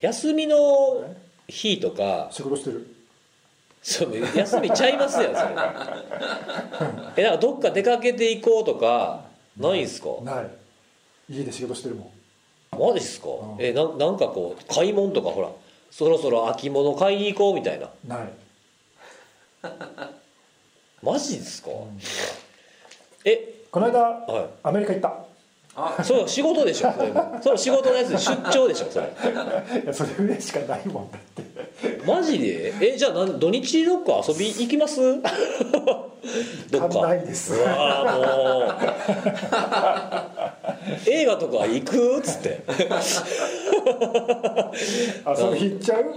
休みの日とか仕事してるそう休みちゃいますやんそれえなんかどっか出かけていこうとかないんすかない家で仕事してるもんマジっすか、んえななんかこう買い物とかほらそろそろ秋物買いに行こうみたいなないマジですか、えこの間、はいアメリカ行った あそれは仕事でしょそれそれは仕事のやつで出張でしょそれいやそれぐらいしかないもんだってマジでえじゃあなん土日どっか遊び行きます どっかないですうわーもう映画とか行くっつって遊び行っちゃう、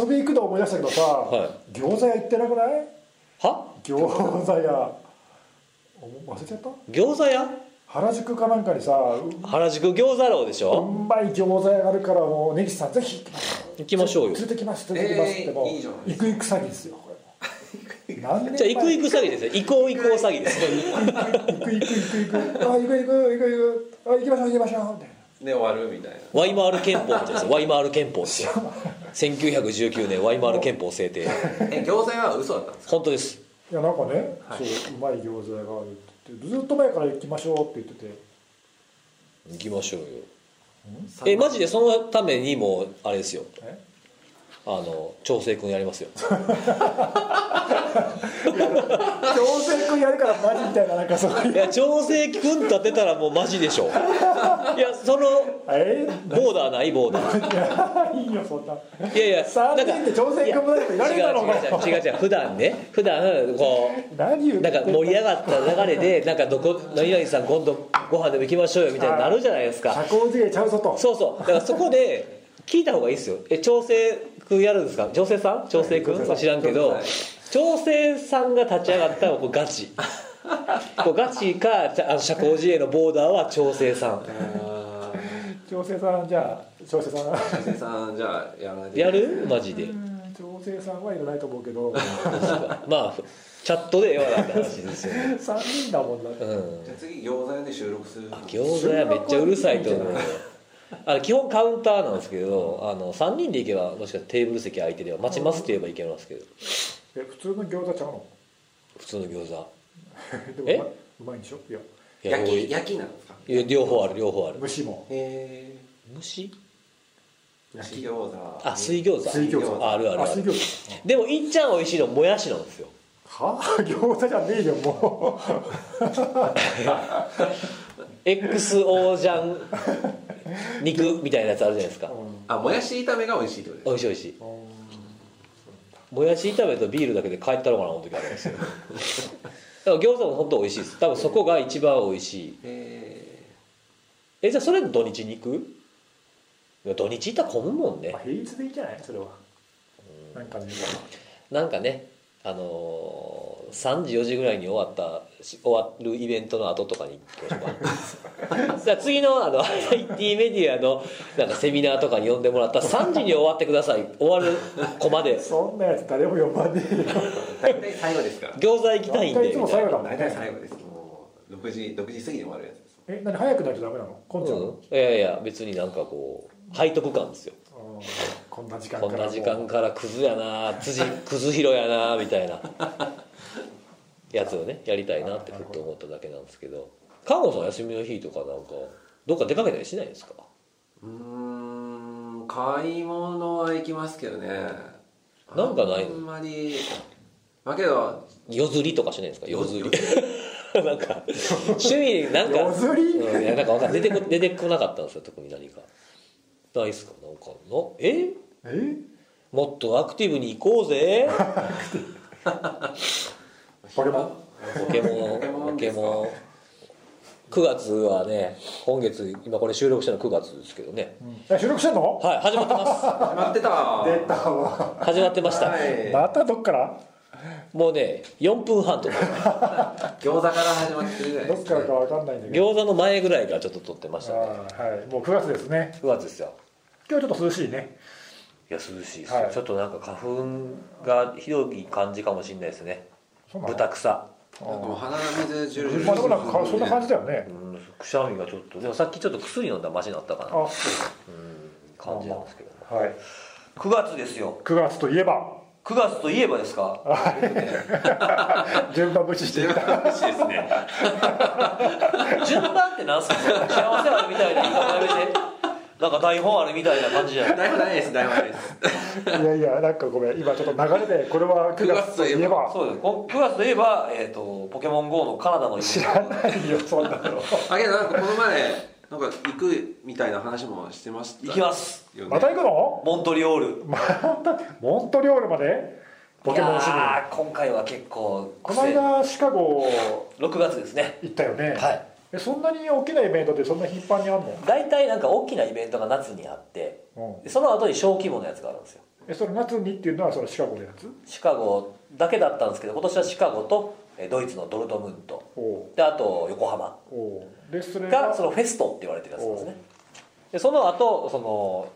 遊び行くと思い出したけどさ、い餃子屋行ってなくないは餃子屋お忘れちゃった餃子屋原宿かなんかにさう原宿餃子楼でしうょまい餃子屋があるからもう根岸さんぜひ行きましょうよ連じれてきます連れてきますってもう、えーいいじゃないで行く行く詐欺ですよこれ も何年ゃ前あ行く行く詐欺ですね行こう行こう詐欺です行く行く行く行くあ行く行く行く行くあ行きましょう行きましょうみたいなで終わるみたいなワイマール憲法みたいですワイマール憲法って1919年ワイマール憲法制定え餃子屋は嘘だったんですか本当ですいやなんかね、そううまい餃子屋があるって言ってずっと前から行きましょうって言ってて行きましょうよえマジでそのためにもうあれですよ えあの調整君やりますよ調整君やるからマジみたいななんかそういういや調整君立てたらもうマジでしょいやそのえボーダーないボーダーー、いいよそんないやいや3なんか人で調整君もなんかいられるだろうな違う違う違う違う普段ね普段こう何言うなんか盛り上がった流れでなんかどこ何々さん今度ご飯でも行きましょうよみたいになるじゃないですか社交辞令ちゃうぞとそうそうだからそこで聞いた方がいいですよえ調整君やるんですか調整さん調整君調整さん知らんけどはい調整さんが立ち上がったらこうガチこうガチかちゃあの社交辞令のボーダーは調整さんあ調整さんじゃあ調整さんー先生さんじゃあやらないとやるマジで調整さんはいらないと思うけどまあチャットでええわなって話ですよね、 3人だもんな、うん、じゃあ次餃子屋で収録する餃子屋めっちゃうるさいと思うよあの基本カウンターなんですけどあの3人で行けばもしかしたらテーブル席空いてれば待ちますって言えばいけますけどえ普通の餃子ちゃうの普通の餃子でもえうまいうまいんでしょいやいや焼多いき焼きなんですかいや両方ある両方ある虫もへ虫え焼き餃子あ水餃子水餃子ああるあるある水餃子でもいっちゃん美味しいのもやしなんですよはあ餃子じゃねえよも XO ジャン肉みたいなやつあるじゃないですかう、うんあもやし炒めが美味しいってこと美で味しい美味しいもやし炒めとビールだけで帰ったのかなこの時ありますよだから餃子も本当美味しいです多分そこが一番美味しいすへえじゃあそれ土日に行くいや土日行ったら混むもんねまあ平日でいいんじゃないそれはなんかねなんかねあのー、3時4時ぐらいに終わったし終わるイベントの後とかに行きましょうか じゃあ次のあの IT メディアのなんかセミナーとかに呼んでもらったら3時に終わってください終わる子まで そんなやつ誰も呼ばねえよー大体最後ですから餃子行きたいん大体いでつもみた最いな後だもん大体ね最後ですもう6時6時過ぎに終わるやつですえ何早くなきゃダメなのこんちゃんうん、いやいや別になんかこう背徳感ですよあーこんな時間かこらんな時間もからクズやな 辻クズ拾やなみたいなやつをねやりたいなってふっと思っただけなんですけど看護さん休みの日とかなんかどっか出かけたりしないんですかうーん買い物は行きますけどねなんかないのあんまりまあけど夜釣りとかしないんですか夜釣り なんか趣味になんか夜釣りうんいやなんかわかんない出てこ出てこなかったんですよ特に何かないっすかなんかのええもっとアクティブに行こうぜポケモンポケモン、ポケモポンでケすかモン。9月はね、今月、今これ収録したの9月ですけどね。え収録してんのはい、始まってます。始まってた出たわ始まってました。はまたどっからもうね、4分半とか、い餃子から始まってるぐらいどでっすからねかわかんないんだけど餃子の前ぐらいからちょっと撮ってましあたね。ーはいもう9月ですね9月ですよ。今日ちょっと涼しいねいや、涼しいです、はいちょっとなんか花粉がひどい感じかもしれないですね。そうなの豚草。なんかもう鼻の水ジュルジュルまあでもなんかそんな感じだよねうん、くしゃみがちょっと、でもさっきちょっと薬飲んだらマシになったかなあ感じなんですけども。はい9月ですよ9月といえば9月といえばですか順番無視して順る番無視ですね順番ってなんすか幸せあるみたいな言い方やめてなんか台本あるみたいな感じじゃない台本ないです台本ないですいやいやなんかごめん今ちょっと流れでこれは9月といえばそうですこ9月といえば、えー、とポケモン GO のカナダの知らないよそんな のあけどなんかこの前なんか行くみたいな話もしてました行きますよねまた行くのモントリオールモントリオールまでポケモンシリいーズやー今回は結構この間シカゴ6月ですね行ったよね、はいえそんなに大きなイベントでそんな頻繁にあんの、大体なんか大きなイベントが夏にあってうんでその後に小規模のやつがあるんですよえそれ夏にっていうのはそのシカゴのやつシカゴだけだったんですけど今年はシカゴとえードイツのドルトムントおおであと横浜うおうでそれががそのフェストって言われてるやつなんですねでその後その、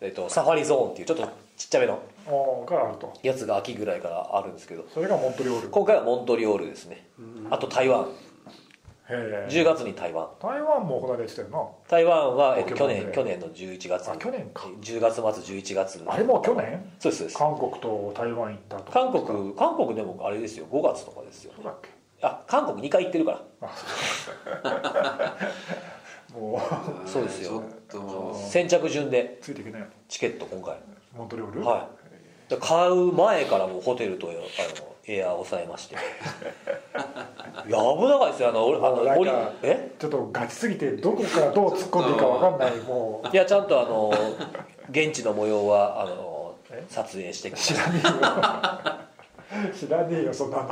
えっとサファリゾーンっていうちょっとちっちゃめのおうがあるとやつが秋ぐらいからあるんですけどそれがモントリオール今回はモントリオールですねあと台湾へ10え月に台湾台湾も行われてたよ台湾は、えっと、去ポケモン年で去年の11月あ去年か10月末11月なあれもう去年そうですそうです韓国と台湾行ったと韓国韓国でもあれですよ5月とかですよそうだっけあ韓国2回行ってるから もうそうですよちょっと先着順でついていけないのチケット今回モントリオールはいだから買う前からもうホテルとあのエアー抑えま していや危なかったですよあの俺あもうなんのか降りえちょっとガチすぎてどこからどう突っ込んでいいか分かんないもういやちゃんとあの現地の模様はあのえ撮影してき知てらねえよ知らねえよそんなの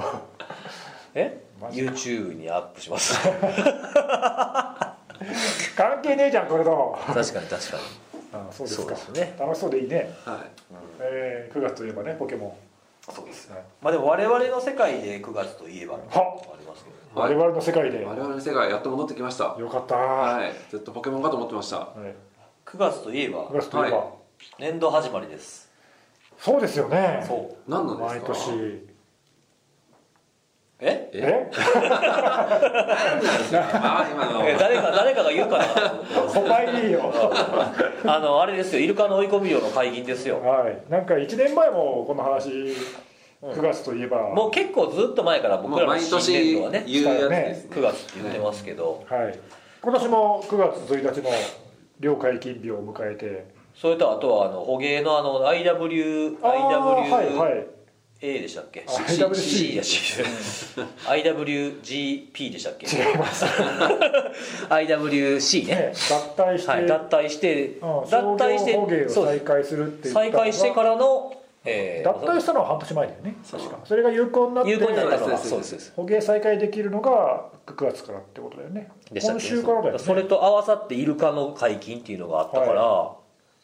えマジ YouTube にアップします 関係ねえじゃんこれと確かに確かにあそうですかそうですね楽しそうでいいね、はいえー、9月といえばねポケモそうですン、はいまあでも我々の世界で9月といえばありますけどね我々の世界で我よ々の世界やっと戻ってきましたかったははいずっとポケモンかと思ってましたい、 9月といえば9月といえば、はい年度始まりですそうですよねそう何なんです毎か年えええ何なんですかまあ今 のえ誰か誰かが言うかなと思ってますお前いいよあのあれですよイルカの追い込み量の解禁ですよはいなんか1年前もこの話9月といえば、もう結構ずっと前からも僕うらの毎新年年度言はうねやつですね9月って言ってますけどはい今年も9月1日の両解禁日を迎えてそれとあとはあの捕鯨のあの IW あーはいはい IWA でしたっけ IWC C だし IWGP でしたっけ違います IWC ねね脱退して、はい脱退してうん脱商業退して捕鯨をそうで再す開するって言ったの再が開してからのえー脱退したのは半年前だよねそう確かそれが有効になって有効になったのはそそううでですすそそううでです捕鯨再開できるのが9月からってことだよねでしたっ今け週からだよねそれと合わさってイルカの解禁っていうのがあったから、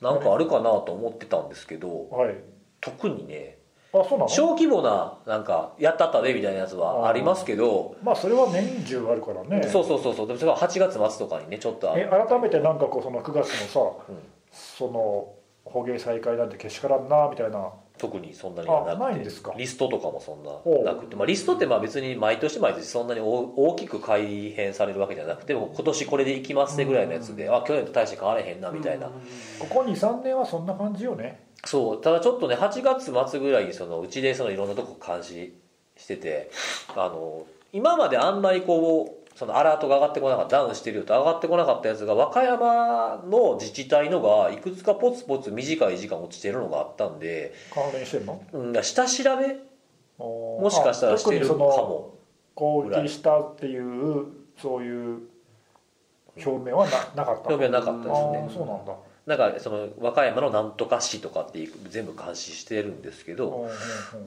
なんかあるかなと思ってたんですけどはいあ特にねそうなの小規模ななんかやったったでみたいなやつはありますけど、まあそれは年中あるからねそうそうそうそうでもそれは8月末とかにねちょっとあえ改めてなんかこうその9月のさ、うんその捕鯨再開なんてけしからんなみたいな特にそんなにはなくてあないんですかリストとかもそおんうななくて、まあ、リストってまあ別に毎年毎年そんなに大大きく改変されるわけじゃなくてもう今年これでいきますってぐらいのやつで、あ去年と大して変わらへんなみたいな、ここ23年はそんな感じよねそうただちょっとね8月末ぐらいにそのうちでそのいろんなとこ監視しててあの今まであんまりこうそのアラートが上がってこなかったダウンしてるよと上がってこなかったやつが和歌山の自治体のがいくつかポツポツ短い時間落ちてるのがあったんで、関連してんのうん、下調べももしかしたらしてるかも攻撃したっていうそういう表明はななかった興味はなかったあですあーねそうなんだ、なんかその和歌山のなんとか市とかっていう全部監視してるんですけうんどうんうん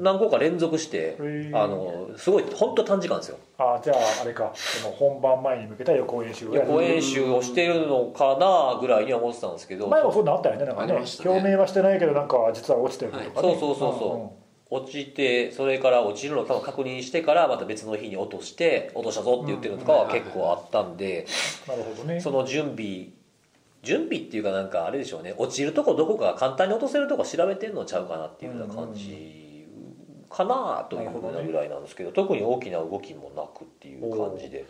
何個か連続してへーあのすごい本当短時間ですよあじゃああれかその本番前に向けた予行演習をや予る行演習をしてるのかなぐらいには思ってたんですけど前もそういうのあったよねなんかねありましたね表明はしてないけどなんか実は落ちてるとかね、はいそうそうそうそう落ちてそれから落ちるのを多分確認してからまた別の日に落として落としたぞって言ってるのとかは結構あったんでうんうんなるほどねその準備準備っていうかなんかあれでしょうね落ちるとこどこか簡単に落とせるとこ調べてんのちゃうかなっていうような感じかなというふうなぐらいなんですけど特に大きな動きもなくっていう感じで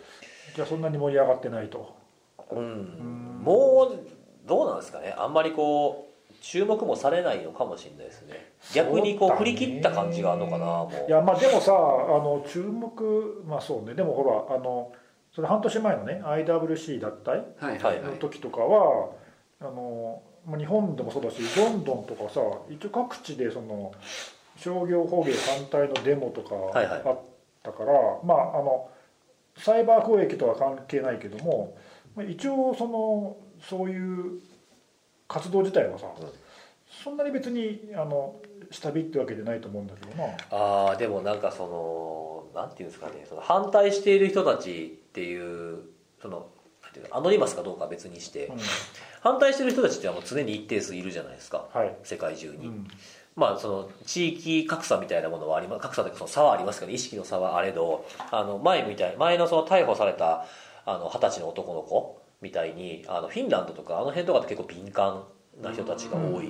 じゃあそんなに盛り上がってないとうんもうどうなんですかねあんまりこう注目もされないのかもしれないですね逆にこう振り切った感じがあるのかなもいうやまあでもさあの注目まあそうねでもほらあのそれ半年前のね IWC 脱退はいはいはのい時とかは、あのまあ日本でもそうだしロンドンとかさ一応各地でその商業捕鯨反対のデモとかはいはいあったから、まああのサイバー攻撃とは関係ないけども、まあ、一応そのそういう活動自体はさ、うんそんなに別にあの下火ってわけじゃないと思うんだけどな。ああでもなんかそのなんていうんですかねその反対している人たちっていうそのなんていうのアノニマスかどうかは別にしてうん反対している人たちってのはもう常に一定数いるじゃないですかはい、世界中に、うんまあその地域格差みたいなものはあります格差というかその差はありますけど意識の差はあれどあの前みたい前のその逮捕されたあの二十歳の男の子みたいにあのフィンランドとかあの辺とかって結構敏感な人たちが多い、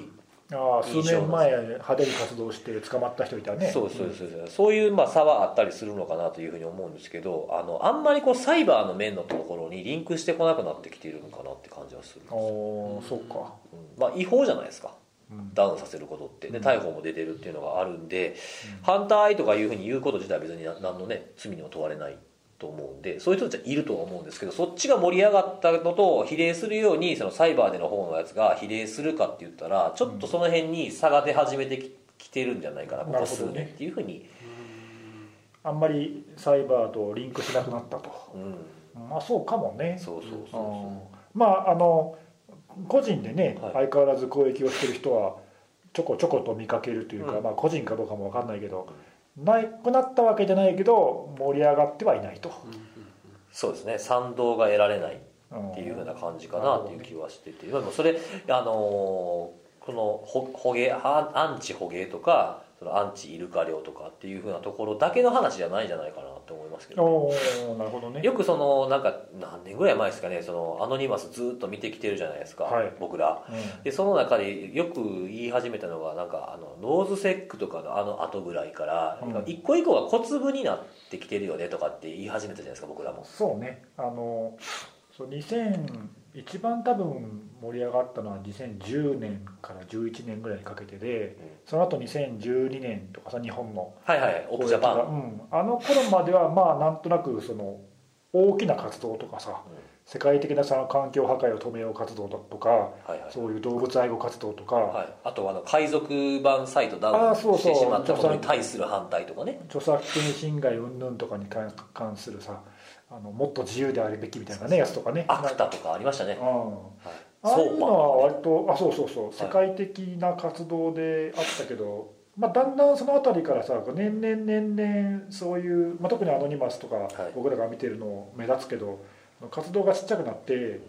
ああ数年前派手に活動して捕まった人いたねそうですそうですそうですそういうまあ差はあったりするのかなというふうに思うんですけどあのあんまりこうサイバーの面のところにリンクしてこなくなってきているのかなって感じはするんですおおーそうか、うんまあ違法じゃないですかうんダウンさせることってでうん逮捕も出てるっていうのがあるんで、うん反対とかいうふうに言うこと自体は別にな何のね罪にも問われないと思うんでそういう人たちはいるとは思うんですけどそっちが盛り上がったのと比例するようにそのサイバーでの方のやつが比例するかって言ったらちょっとその辺に差が出始めてききてるんじゃないかなこなこるほ数どね年っていうふうに、あんまりサイバーとリンクしなくなったと、うん、まあそうかもねそうそうそううんそまああの個人でね、はい相変わらず攻撃をしてる人はちょこちょこと見かけるというか、うんまあ個人かどうかも分かんないけどなくなったわけじゃないけど盛り上がってはいないと、うんうんうそうですね賛同が得られないうんっていうふうな感じかなっていう気はしてて、まあでもそれあのーこのほ捕鯨アンアンチ捕鯨とかそのアンチイルカ漁とかっていうふうなところだけの話じゃないんじゃないかなと思いますけど、おーなるほどねよくそのなんか何年ぐらい前ですかねそのアノニマスずっと見てきてるじゃないですか、はい僕らうんでその中でよく言い始めたのがなんかあのノーズセックとかのあの後ぐらいから、うん一個一個が小粒になってきてるよねとかって言い始めたじゃないですか僕らもそうねあのそう2000一番多分盛り上がったのは2010年から11年ぐらいにかけてで、うんその後2012年とかさ日本のはいはいオープンジャパン、うん、あの頃まではまあなんとなくその大きな活動とかさうん世界的なその環境破壊を止めよう活動だとかはいはいそういう動物愛護活動とか、はい、あとはあの海賊版サイトダあウンーそうそうしてしまったことに対する反対とかね著作権侵害云々とかに関関するさあのもっと自由であるべきみたいなねやつとかねアクタとかありましたねう、んはい、ああいうのはそう割とあそうそうそう世界的な活動であったけど、まあ、だんだんその辺りからさ年々年々そういう、まあ、特にアノニマスとか、い僕らが見てるの目立つけど活動がちっちゃくなって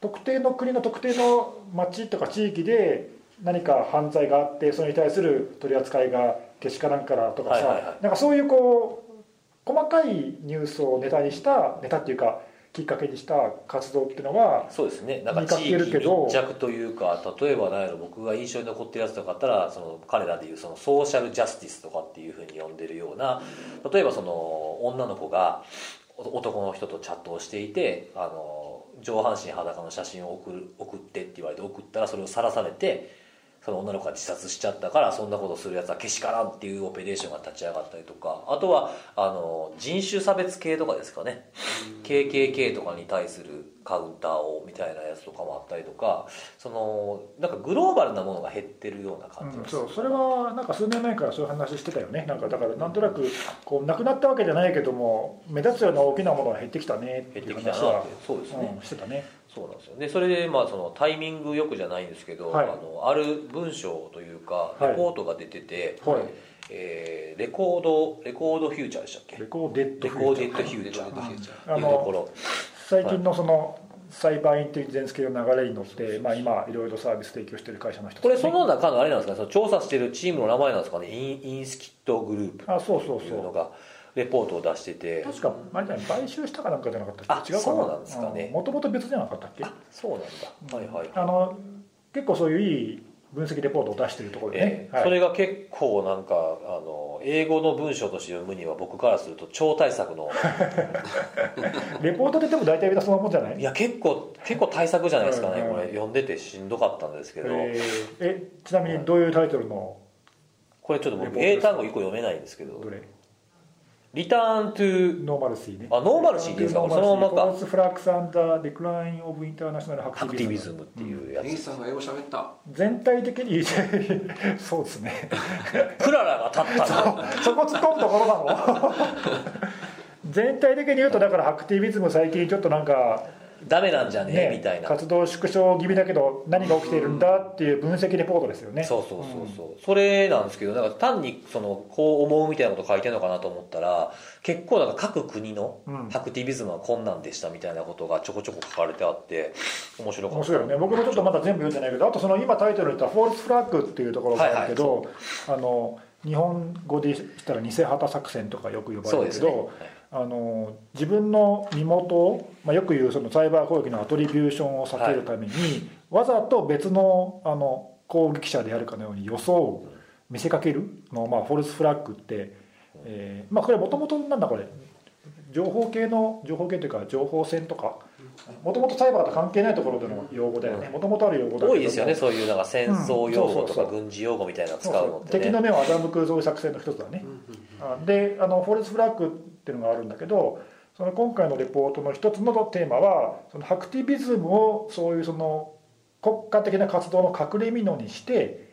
特定の国の特定の町とか地域で何か犯罪があってそれに対する取り扱いがけしからんからとかさ、はいはいはいなんかそういうこう細かいニュースをネタにしたネタっていうかきっかけにした活動っていうのはそうですねなんか見か地け域るけど密着というか例えば何やろ僕が印象に残ってるやつとかあったらその彼らでいうそのソーシャルジャスティスとかっていうふうに呼んでるような例えばその女の子がお男の人とチャットをしていてあの上半身裸の写真を送る送ってって言われて送ったらそれを晒されてその女の子が自殺しちゃったからそんなことするやつはけしからんっていうオペレーションが立ち上がったりとかあとはあの人種差別系とかですかね KKK とかに対するカウンターをみたいなやつとかもあったりとかそのなんかグローバルなものが減ってるような感じうがん、するそうそれはなんか数年前からそういう話してたよねなんかだからなんとなくこうなくなったわけじゃないけども目立つような大きなものは減ってきたねって減っいてうきたなっ話ては、そうですね、うん、してたねそうなんですよでそれでまあそのタイミングよくじゃないんですけど、はいあのある文章というかはいレポートが出てて、はいえーレコードレコードフューチャーでしたっけレコーデッドレフコューードチフャューーチャーというとあのころ最近のそのサイバーインテリジェンス系の流れに乗って、まあ、今いろいろサービス提供してる会社の人これですそねの中のあれなんですかねその調査してるチームの名前なんですかねインインスキットグループあそうそうというのそがレポートを出しててう確かあれじゃない買収したかなんかじゃなかったっけあ違うかそうなんですかねもともと別じゃなかったっけあそうなんだ、はいはいあの結構そういういい分析レポートを出しているところでねえ、えそれが結構なんかあの英語の文章として読むには僕からすると超大作 のはい、レポートででも大体みんなそんなもんじゃないいや結構結構大作じゃないですかねうんうんこれ読んでてしんどかったんですけどえーえちなみにどういうタイトルのこれちょっとレポ僕ートです英単語1個読めないんですけどどれ「リターン・トゥ・ノーマルシーねあノーマルシーでいいですかこれそのままかコースフラックスアンダーデクラインオブインターナショナルハハククテティィビビズズムム」っていうや根岸つさんが英語喋った全体的にそうですねクララが立ったんでそこ突っ込むところな の全体的に言うとだからハクティビズム最近ちょっとなんかダメなんじゃねえねみたいな活動縮小気味だけど何が起きているんだっていう分析レポートですよねそうそうそうそう、それなんですけどなんか単にそのこう思うみたいなこと書いてるのかなと思ったら結構なんか各国のうんハクティビズムは困難でしたみたいなことがちょこちょこ書かれてあって面白か面った白いよね僕もちょっとまだ全部読んでないけどあとその今タイトルに言った「フォールスフラッグ」っていうところがあるけど、あの日本語で言ったら偽旗作戦とかよく呼ばそうれるでけすね、ど、あの自分の身元を、まあ、よく言うそのサイバー攻撃のアトリビューションを避けるために、わざと別のあの攻撃者であるかのように装う見せかけるの、まあ、フォルスフラッグって、えーまあ、これもともとなんだこれ情報系の情報系というか情報戦とかもともとサイバーと関係ないところでの用語だよねもともとある用語だけど多いですよねそういうなんか戦争用語とうんそうそうかそう軍事用語みたいなの使そううのそっうて敵のね目を欺くそういう作戦の一つだねうんうんあであのフォレスフラッグっていうのがあるんだけどその今回のレポートの一つのテーマはそのハクティビズムをそういうその国家的な活動の隠れ蓑にして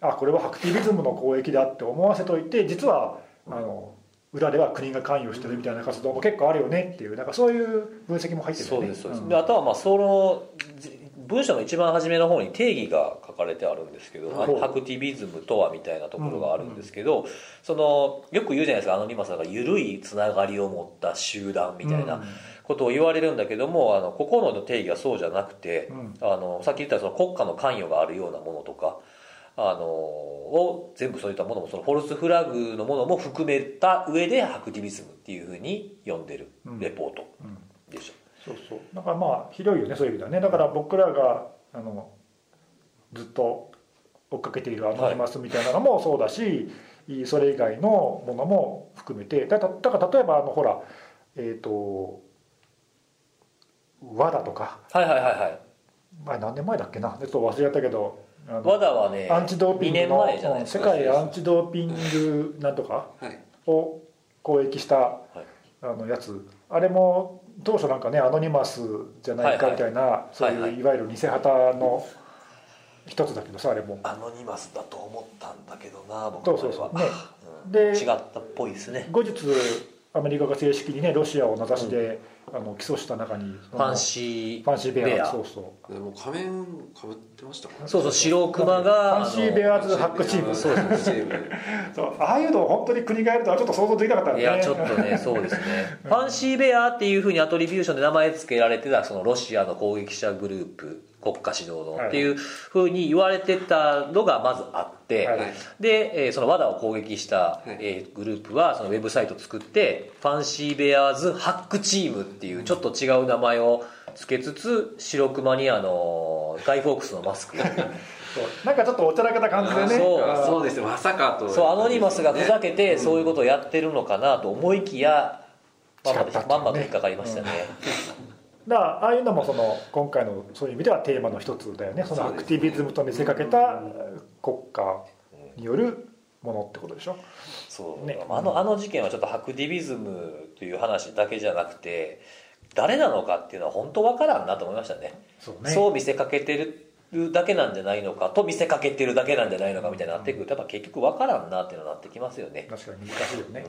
あこれはハクティビズムの攻撃だって思わせといて実はあの裏では国が関与してるみたいな活動も結構あるよねっていうなんかそういう分析も入ってるそようねですそうです、んであとはまあそのじ文章の一番初めの方に定義が書かれてあるんですけど、はいハクティビズムとはみたいなところがあるんですけど、そのよく言うじゃないですかアノニマスだから緩いつながりを持った集団みたいなことを言われるんだけどもあのここの定義はそうじゃなくてうん、うんあのさっき言ったその国家の関与があるようなものとかあのを全部そういったものもそのフォルスフラグのものも含めた上でハクティビズムっていうふうに呼んでるうんレポートうんでした。そうそうだからまあ広いよねそういう意味ではねだから僕らがあのずっと追っかけているアノニマスみたいなのもそうだし、いそれ以外のものも含めてだだだから例えばあのほらえっ、と和だとかはいはいはいはい前何年前だっけなちょっと忘れちゃったけどあの和田はねアンチドーピング2の年前じゃないですかうん世界アンチドーピングなんとかはいを攻撃した、いあのやつあれも当初なんかねアノニマスじゃないかみたいな、そういう、はいいはわゆる偽旗の一つだけどさあれもアノニマスだと思ったんだけどな僕そうそうそうねうんで違ったっぽいですね後日アメリカが正式にねロシアを名指しで、あの起訴した中にファンーシファーンシーベアベアそうそうでも仮面かぶってましたもんねそうそう白熊がファンシーあのベアーズハックチームそうですねチームそうああいうのを本当に国がやるとはちょっと想像できなかったよねいやちょっとねそうですねファンシーベアっていうふうにアトリビューションで名前付けられてたそのロシアの攻撃者グループ国家指導のっていうふうに言われてたのがまずあって、はいはいで、えーその WADA を攻撃した、いえーグループはそのウェブサイトを作ってファンシーベアーズハックチームっていうちょっと違う名前を付けつつ白熊にあのガイ・フォークスのマスク そうなんかちょっとおちゃらけた感じでねそうあーそうですねまさかとそうアノニマスがふざけけてそういうことをやってるのかなと思いきや、まんま違っとたっていうねまんまと引っかかりましたね、だからああいうのもその今回のそういう意味ではテーマの一つだよねそのアクティビズムと見せかけた国家によるものってことでしょそう、ねあのあの事件はちょっとハクディビズムという話だけじゃなくて誰なのかっていうのは本当わからんなと思いましたねそうそう見せかけてるだけなんじゃないのかと見せかけてるだけなんじゃないのかみたいになってくるとやっぱ結局わからんなっていうのになってきますよね、確かに難しいよね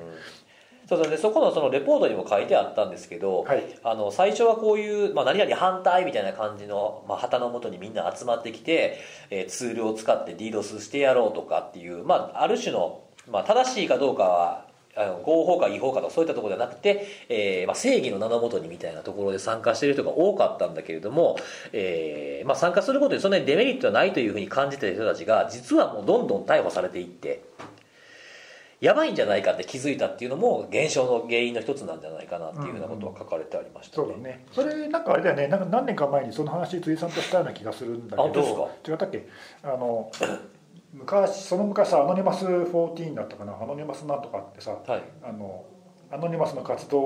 そうそうでそこのそのレポートにも書いてあったんですけど、はいあの最初はこういう、まあ、何々反対みたいな感じの、まあ、旗のもとにみんな集まってきて、えーツールを使って DDoS してやろうとかっていう、まあ、ある種の、まあ、正しいかどうかはあの合法か違法かとかそういったところじゃなくて、えーまあ、正義の名のもとにみたいなところで参加している人が多かったんだけれども、えーまあ、参加することでそんなにデメリットはないというふうに感じている人たちが実はもうどんどん逮捕されていって。やばいんじゃないかって気づいたっていうのも現象の原因の一つなんじゃないかなっていうようなことは書かれてありましたそうだねそれなんかあれだよねなんか何年か前にその話辻さんとしたような気がするんだあけどうでど違ったっけあの昔その昔さアノニマス14だったかなアノニマスなんとかってさはいあのアノニマスの活動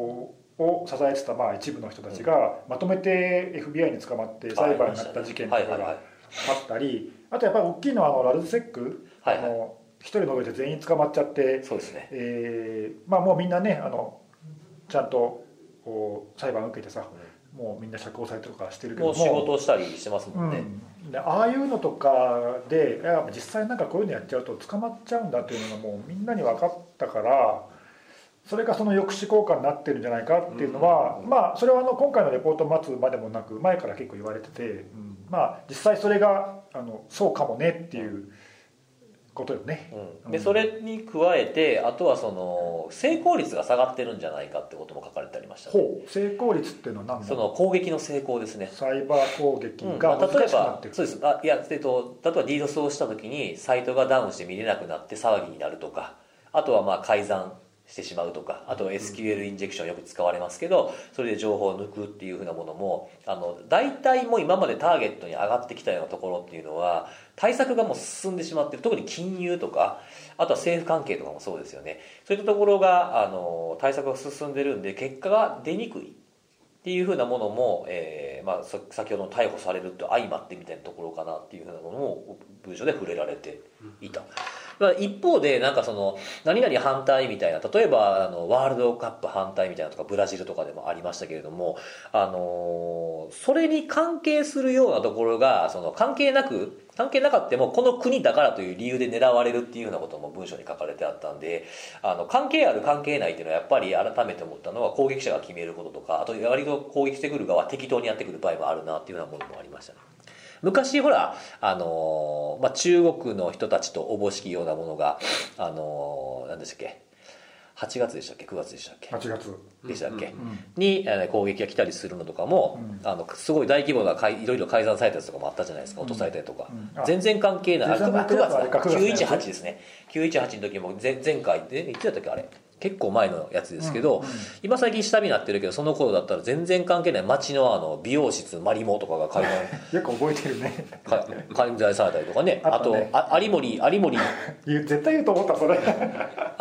を支えてたまあ一部の人たちがまとめて FBI に捕まって裁判になった事件とかはいはいがはあいったりあとやっぱり大きいのはあのラルズセックはいあの一人の上で全員捕まっちゃってそうですねえーまあもうみんなねあのちゃんとこう裁判受けてさ、もうみんな釈放されたりとかしてるけどもう仕事をしたりしてますもんね、うん、でああいうのとかでいや実際なんかこういうのやっちゃうと捕まっちゃうんだっていうのがもうみんなに分かったからそれがその抑止効果になってるんじゃないかっていうのは、まあそれはあの今回のレポートを待つまでもなく前から結構言われてて、うんまあ実際それがあのそうかもねっていうことよね。うん、でそれに加えてあとはその成功率が下がってるんじゃないかってことも書かれてありましたねほう成功率っていうのは何だその攻撃の成功ですねサイバー攻撃うんまがあ例難えしくなっばてる、そうですあいや、えっと、例えば DDoS をした時にサイトがダウンして見れなくなって騒ぎになるとかあとはまあ改ざんしてしまうとかあと SQL インジェクションよく使われますけどそれで情報を抜くっていうふうなものもあの大体もう今までターゲットに上がってきたようなところっていうのは対策がもう進んでしまってる特に金融とかあとは政府関係とかもそうですよねそういったところがあの対策が進んでるんで結果が出にくいっていうふうなものも、えーまあ、さ先ほどの逮捕されると相まってみたいなところかなっていうふうなものを文章で触れられていた、まあ一方でなんかその何々反対みたいな例えばあのワールドカップ反対みたいなとかブラジルとかでもありましたけれども、あのーそれに関係するようなところがその関係なく関係なかったもこの国だからという理由で狙われるっていうようなことも文章に書かれてあったんであの関係ある関係ないっていうのはやっぱり改めて思ったのは攻撃者が決めることとかあと割と攻撃してくる側は適当にやってくる場合もあるなっていうようなものもありましたね。昔ほら、あのーまあ、中国の人たちとおぼしきようなものが、あのー何でしたっけ8月でしたっけ9月でしたっけ8月、でしたっけ、うんにえー攻撃が来たりするのとかも、うんあのすごい大規模なかいいろいろ改ざんされたやつとかもあったじゃないですか落とされたりとか、うんあ全然関係ないあ全然9関係月ないあれだか9月918ですね918の時も前前回えいつやったっけあれ結構前のやつですけど、うんうん今最近下火になってるけどその頃だったら全然関係ない街のあの美容室マリモとかが改ざんよく覚えてるね か介在されたりとかねああととねあ有森有森言う絶対言うと思ったそれ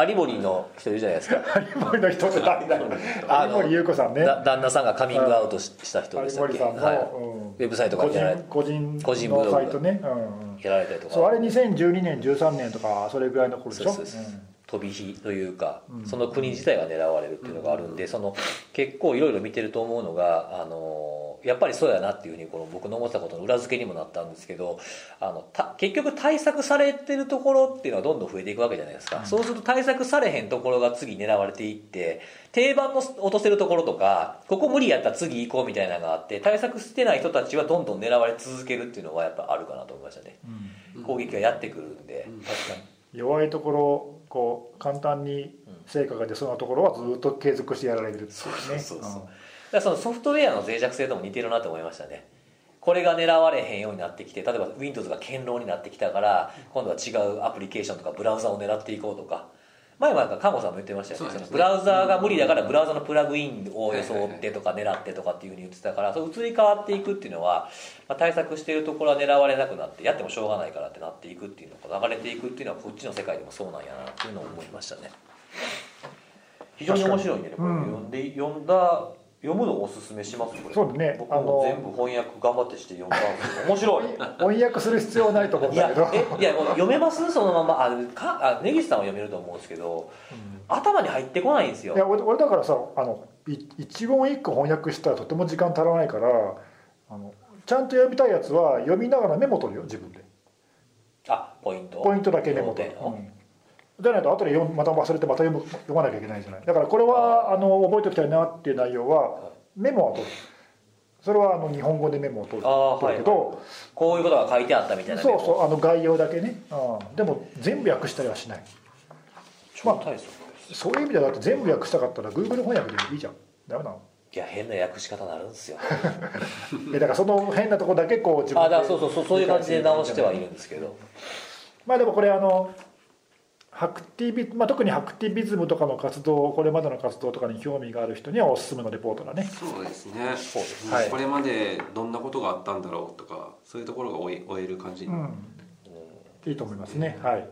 有森の人いるじゃないですか有森の人って誰だろう あ有の森優子さんねだ旦那さんがカミングアウトしした人でしたっ有森け、さんの、はい、うんウェブサイトがやられ個人個個人人ブログのサイトね、うんうんやられたりとかそうあれ2012年13年とかそれぐらいの頃でしょそうです飛び火というか、その国自体が狙われるっていうのがあるんで、その結構いろいろ見てると思うのがあのやっぱりそうやなっていうふうにこの僕の思ってたことの裏付けにもなったんですけどあのた結局対策されてるところっていうのはどんどん増えていくわけじゃないですか、そうすると対策されへんところが次狙われていって定番の落とせるところとかここ無理やったら次行こうみたいなのがあって対策してない人たちはどんどん狙われ続けるっていうのはやっぱあるかなと思いましたね、うんうん攻撃がやってくるんで、確かに弱いところこう簡単に成果が出そうなところはずっと継続してやられるっていうねそうそうそうだからそのソフトウェアの脆弱性とも似てるなと思いましたねこれが狙われへんようになってきて例えば Windows が堅牢になってきたから今度は違うアプリケーションとかブラウザを狙っていこうとか前はなんか看護さんも言ってましたよねそうですねそのブラウザが無理だからブラウザのプラグインを装ってとか狙ってとかっていうふうに言ってたからそう移り変わっていくっていうのは、まあ、対策してるところは狙われなくなってやってもしょうがないからってなっていくっていうのが流れていくっていうのはこっちの世界でもそうなんやなっていうのを思いましたね非常に面白いねこれ、うん読んで読んだ読むのをおすすめしますこれそうだね僕もあの全部翻訳頑張ってして読んだんですけど面白いうん翻訳する必要はないと思うんいやだけどえいやもう読めますそのままあかあ根岸さんは読めると思うんですけど、頭に入ってこないんですよいや俺俺だからさあのい一言一句翻訳したらとても時間足らないからあのちゃんと読みたいやつは読みながらメモ取るよ自分であポイントポイントだけメモ取る、要うんじゃないと後で読むまた忘れてまた読む読まなきゃいけないじゃないだからこれはあの覚えておきたいなっていう内容はメモは取るそれはあの日本語でメモを取るあー取るけど、こういうことが書いてあったみたいなねそうそうあの概要だけね、うん、でも全部訳したりはしない超大層ですそういう意味ではだって全部訳したかったら Google 翻訳でいいじゃんダメなのいや変な訳し方になるんですよえだからその変なとこだけこう自あ分だでからそうそうそうそういう感じで直してはいるんですけどまあでもこれあのハクティビ、まあ、特にハクティビズムとかの活動これまでの活動とかに興味がある人にはおすすめのレポートだねそうですねそうですはいこれまでどんなことがあったんだろうとかそういうところが追え追える感じに、うんいいと思いますねはい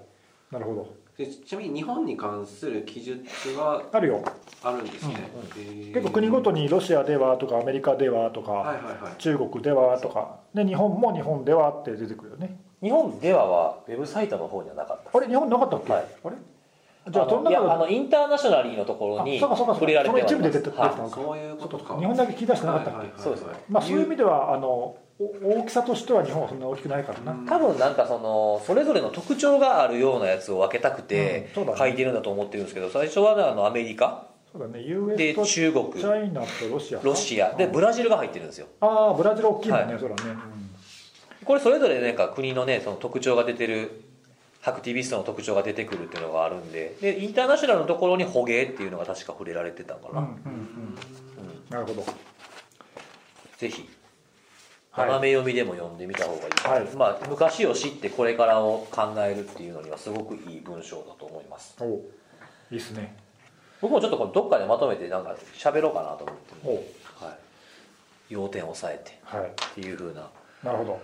なるほどでちなみに日本に関する記述はあるよあるんですね、へー結構国ごとにロシアではとかアメリカではとか、はいはいはい中国ではとかで日本も日本ではって出てくるよね日本でははウェブサイトの方にはなかったあれ日本なかったっけ、はいあれじゃああそののい中やあでのインターナショナリーのところにあそうかそうかそうか触れられてはいその一部で出ますてくるはいあそういうことか日本だけ聞き出してなかったっけ、はいはいはいそうですねまあ、そういう意味ではあのお大きさとしては日本はそんな大きくないからな、うん多分なんかそのそれぞれの特徴があるようなやつを分けたくてうんそうだね書いてるんだと思ってるんですけど最初はねあのアメリカそうだね US でとチ中国ャイナとロシアロシアでブラジルが入ってるんですよああブラジル大きいもんね、はいそうだね、これそれぞれなんか国のねその特徴が出てるハクティビストの特徴が出てくるっていうのがあるんででインターナショナルのところに捕鯨っていうのが確か触れられてたかうん、うら、んうんうんなるほどぜひはい斜め読みでも読んでみた方がいいと思います、まあ、昔を知ってこれからを考えるっていうのにはすごくいい文章だと思いますおいいっすね僕もちょっとこれどっかでまとめてなんか喋ろうかなと思っておはい、要点を押さえてはいっていうふうな、なるほど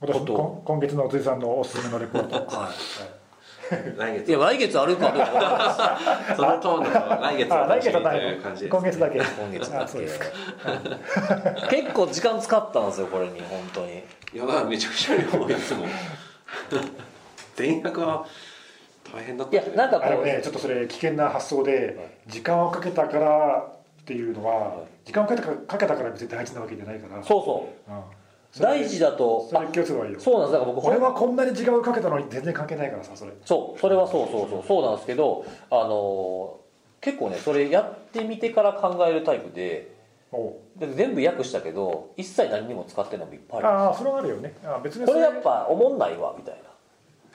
私こと今今月の辻さんのおすすめのレポートは来い、い月や来月あるかどうか分かんないですそのトーンだから来月あは来月楽しみはとないいう感じです、ね、今月だけ今月あそうですかだけ結構時間使ったんですよこれに本当にいやだからめちゃくちゃ量多いですもん全額は大変だったいやなんかあこのう、ねちょっとそれ危険な発想で時間をかけたからっていうのは時間をかけたかかけたから別に大事なわけじゃないからそうそうんう大事だとそれ気をつけた方がいいよあそうなんですだから僕俺はこんなに時間をかけたのに全然関係ないからさそれそうそれはそうそうそうそうなんですけどあのー結構ねそれやってみてから考えるタイプでおうで全部訳したけど一切何にも使ってないのもいっぱいあるああそれはあるよねあ別にこそれれやっぱおもんないわみたいな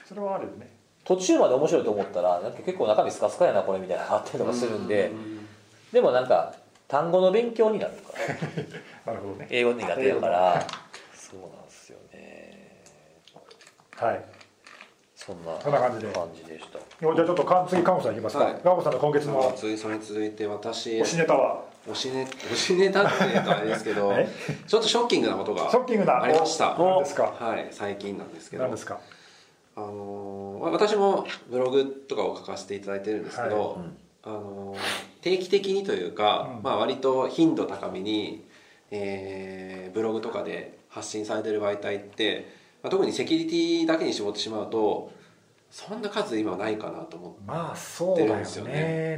それはあるよね途中まで面白いと思ったらなんか結構中身スカスカやなこれみたいなのがあったりとかするんででもなんか単語の勉強になるからなるほどね英語苦手やからそうなんですよねはいそんなそんな感じで感じでしたじゃあちょっとか次カンコさんいきますか、はいカンコさんの今月さあのついそれに続いて私推しネタはおしね おしねだっていうとあれですけどえちょっとショッキングなことがショッキングなありましたお何ですかはい最近なんですけど何ですかあのー私もブログとかを書かせていただいてるんですけど、はあのー定期的にというか、うんまあ、割と頻度高めに、えーブログとかで発信されてる媒体って、まあ、特にセキュリティだけに絞ってしまうとそんな数今はないかなと思ってまあそうだよ出るんねです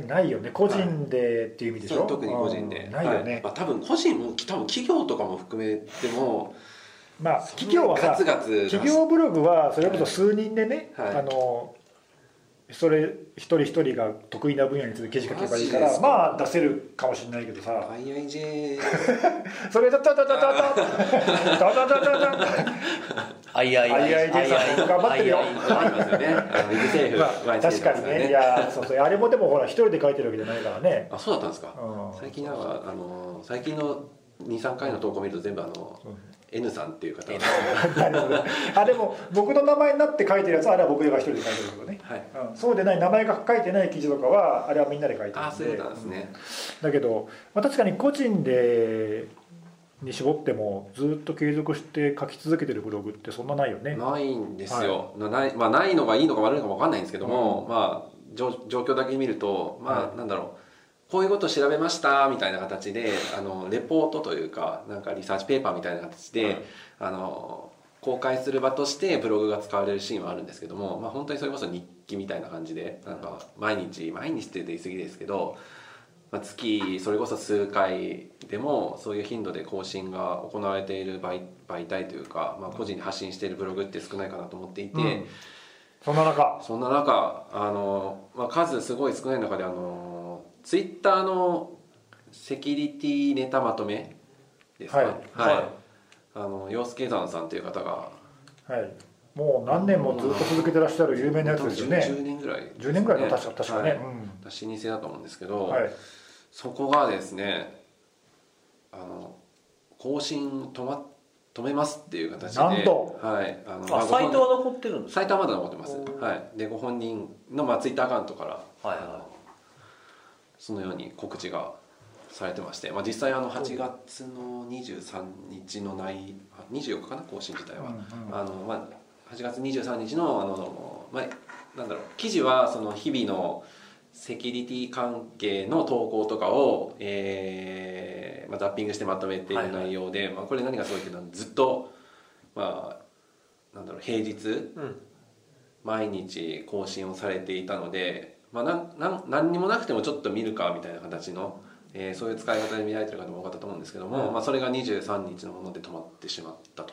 よないよね個人でっていう意味でしょ、特に個人で、うんないよね、はいまあ、多分個人も多分企業とかも含めてもまあ企業はガさツガツ企業ブログはそれこそ数人でね、はいあのそれ一人一人が得意な分野について記事書けばいいかマジでらすかまあ出せるかもしれないけどさ IIJ それだったたたたたたたたたたあいあいあいあい IIJ さん頑張ってるよあいあいありますよねあのイグセーフまあ毎月確かにやってますよねいやそうそうあれもでもほら一人で書いてるわけじゃないからねあそうだったんですかうん最近なんかあの最近の23回の投稿見ると全部あのうん N さんっていう方が N なるほどあでも僕の名前になって書いてるやつはあれは僕が一人で書いてるけどね、はいうんそうでない名前が書いてない記事とかはあれはみんなで書いてるんであそういうことなんですねだけど、まあ、確かに個人でに絞ってもずっと継続して書き続けてるブログってそんなないよねないんですよなないまあないのがいいのか悪いのか分かんないんですけどもまあ状状況だけ見るとまはあなんだろうこういうこと調べましたみたいな形であのレポートというかなんかリサーチペーパーみたいな形であの公開する場としてブログが使われるシーンはあるんですけども、まあ、本当にそれこそ日記みたいな感じでなんか毎日毎日って言い過ぎですけど、まあ、月それこそ数回でもそういう頻度で更新が行われている媒媒体というか、まあ、個人に発信しているブログって少ないかなと思っていて、うんそんな中そんな中あの、まあ、数すごい少ない中であのツイッターのセキュリティネタまとめですかはいはいあの陽介山さんという方がはいもう何年もずっと続けてらっしゃる有名なやつですよね10年ぐらいですね、 10年ぐらいの確か確かね、はいうん老舗だと思うんですけど、はい、そこがですねあの更新止まっ止めますっていう形で、なんとはい、あのまああご本サイトは残ってるんですサイトはまだ残ってますお。ーはい、でご本人のまあツイッターアカウントから、はいはいあのそのように告知がされてまして、まあ実際あの8月の23日のないあ24日かな更新自体うは、んうんあのまあ8月23日のあのまあなんだろう記事はその日々のセキュリティ関係の投稿とかを、えーまあ、ザッピングしてまとめていはるいはい内容で、まあ、これ何がすごいっていうのはずっと、まあ、なんだろう平日うん毎日更新をされていたので、まあ、なんなん何にもなくてもちょっと見るかみたいな形の、えーそういう使い方で見られてる方も多かったと思うんですけども、まあ、それが23日のもので止まってしまったと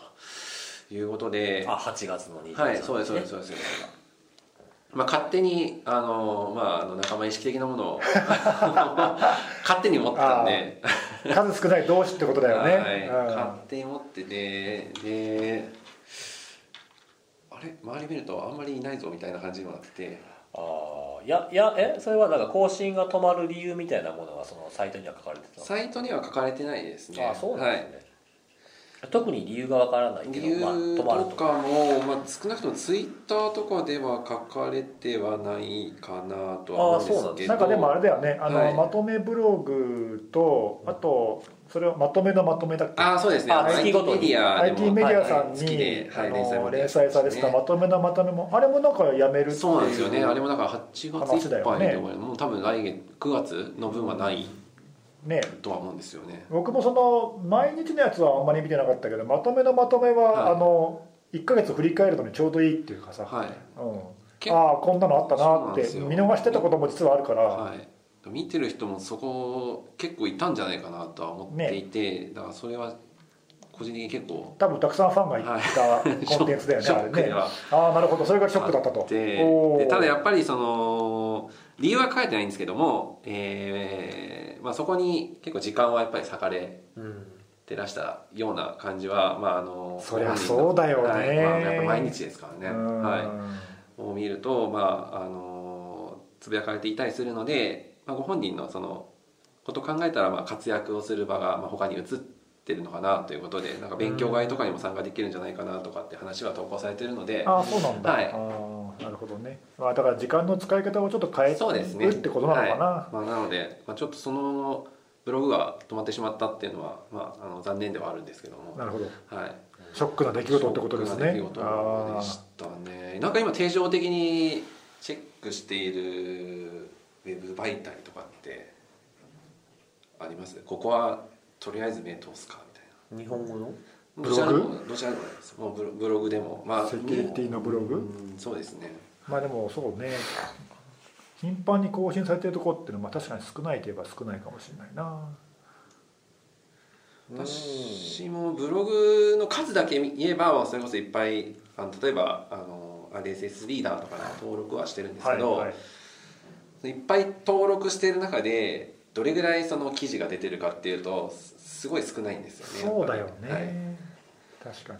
いうことであ8月の23日、はいそうですそうですそうですまあ、勝手にあの、まあ、あの仲間意識的なもの を勝手に持ってたんで数少ない同士ってことだよね、はい、うん勝手に持っててであれ周り見るとあんまりいないぞみたいな感じにもなっててああいやいやえそれはなんか更新が止まる理由みたいなものがそのサイトには書かれてたのサイトには書かれてないですねああそうなんですね、特に理由がわからないはい、け理ど、まあ、由止とまるとかも、まあ、少なくともツイッターとかでは書かれてはないかなとは思うんですけどなんかでもあれだよねあの、はいまとめブログとあとそれをまとめのまとめだっけあそうですねあの月ごとに IT IT メディアでもメディアさんはい月にで、あはい、連載のもや連ってます載ねされてたまとめのまとめもあれもなんかやめるっていうそうなんですよねあれもだから8月いっぱいで終わるもう多分来月9月の分はないねとは思うんですよね僕もその毎日のやつはあんまり見てなかったけどまとめのまとめは、はいあの1ヶ月振り返るのにちょうどいいっていうかさ、はいうん、結構ああこんなのあったそうなんなっですてよ見逃してたことも実はあるから、はい、見てる人もそこ結構いたんじゃないかなとは思っていて、だからそれは個人的に結構多分たくさんファンがいたコンテンツだよね、 ショックあれでねはああなるほどそれがショックだったあとっておーでただやっぱりその理由は書いてないんですけども、えーまあ、そこに結構時間はやっぱり割かれうんてらしたような感じは、まあ、あのそりゃそうだよねはいまあ、やっぱ毎日ですからね、うんはい、を見ると、まああのつぶやかれていたりするので、まあ、ご本人のそのことを考えたらまあ活躍をする場がまあ他に移ってるのかなということでなんか勉強会とかにも参加できるんじゃないかなとかって話は投稿されてるので、ああそうなんだ、はいああなるほどね、まあ、だから時間の使い方をちょっと変えそうですねるってことなのかな、はいまあ、なので、まあ、ちょっとそのブログが止まってしまったっていうのは、まあ、あの残念ではあるんですけども、なるほどはい、ショックな出来事ってことですねショックな出来事でしたねなんか今定常的にチェックしているウェブ媒体とかってありますここはとりあえず目通すかみ日たいな本語のブログどちらでもどちらでもないですもうブロブログでもまああーセキュリティのブロうグんそうですねまあでもそうね頻繁に更新されてるとこっていうのはまあ確かに少ないといえば少ないかもしれないな私もブログの数だけ言えばそれこそいっぱいあの例えばあの RSS リーダーとかの登録はしてるんですけど、はいはいいっぱい登録している中でどれぐらいその記事が出てるかっていうとすすごい少ないんですよねそうだよね、はいだ確かに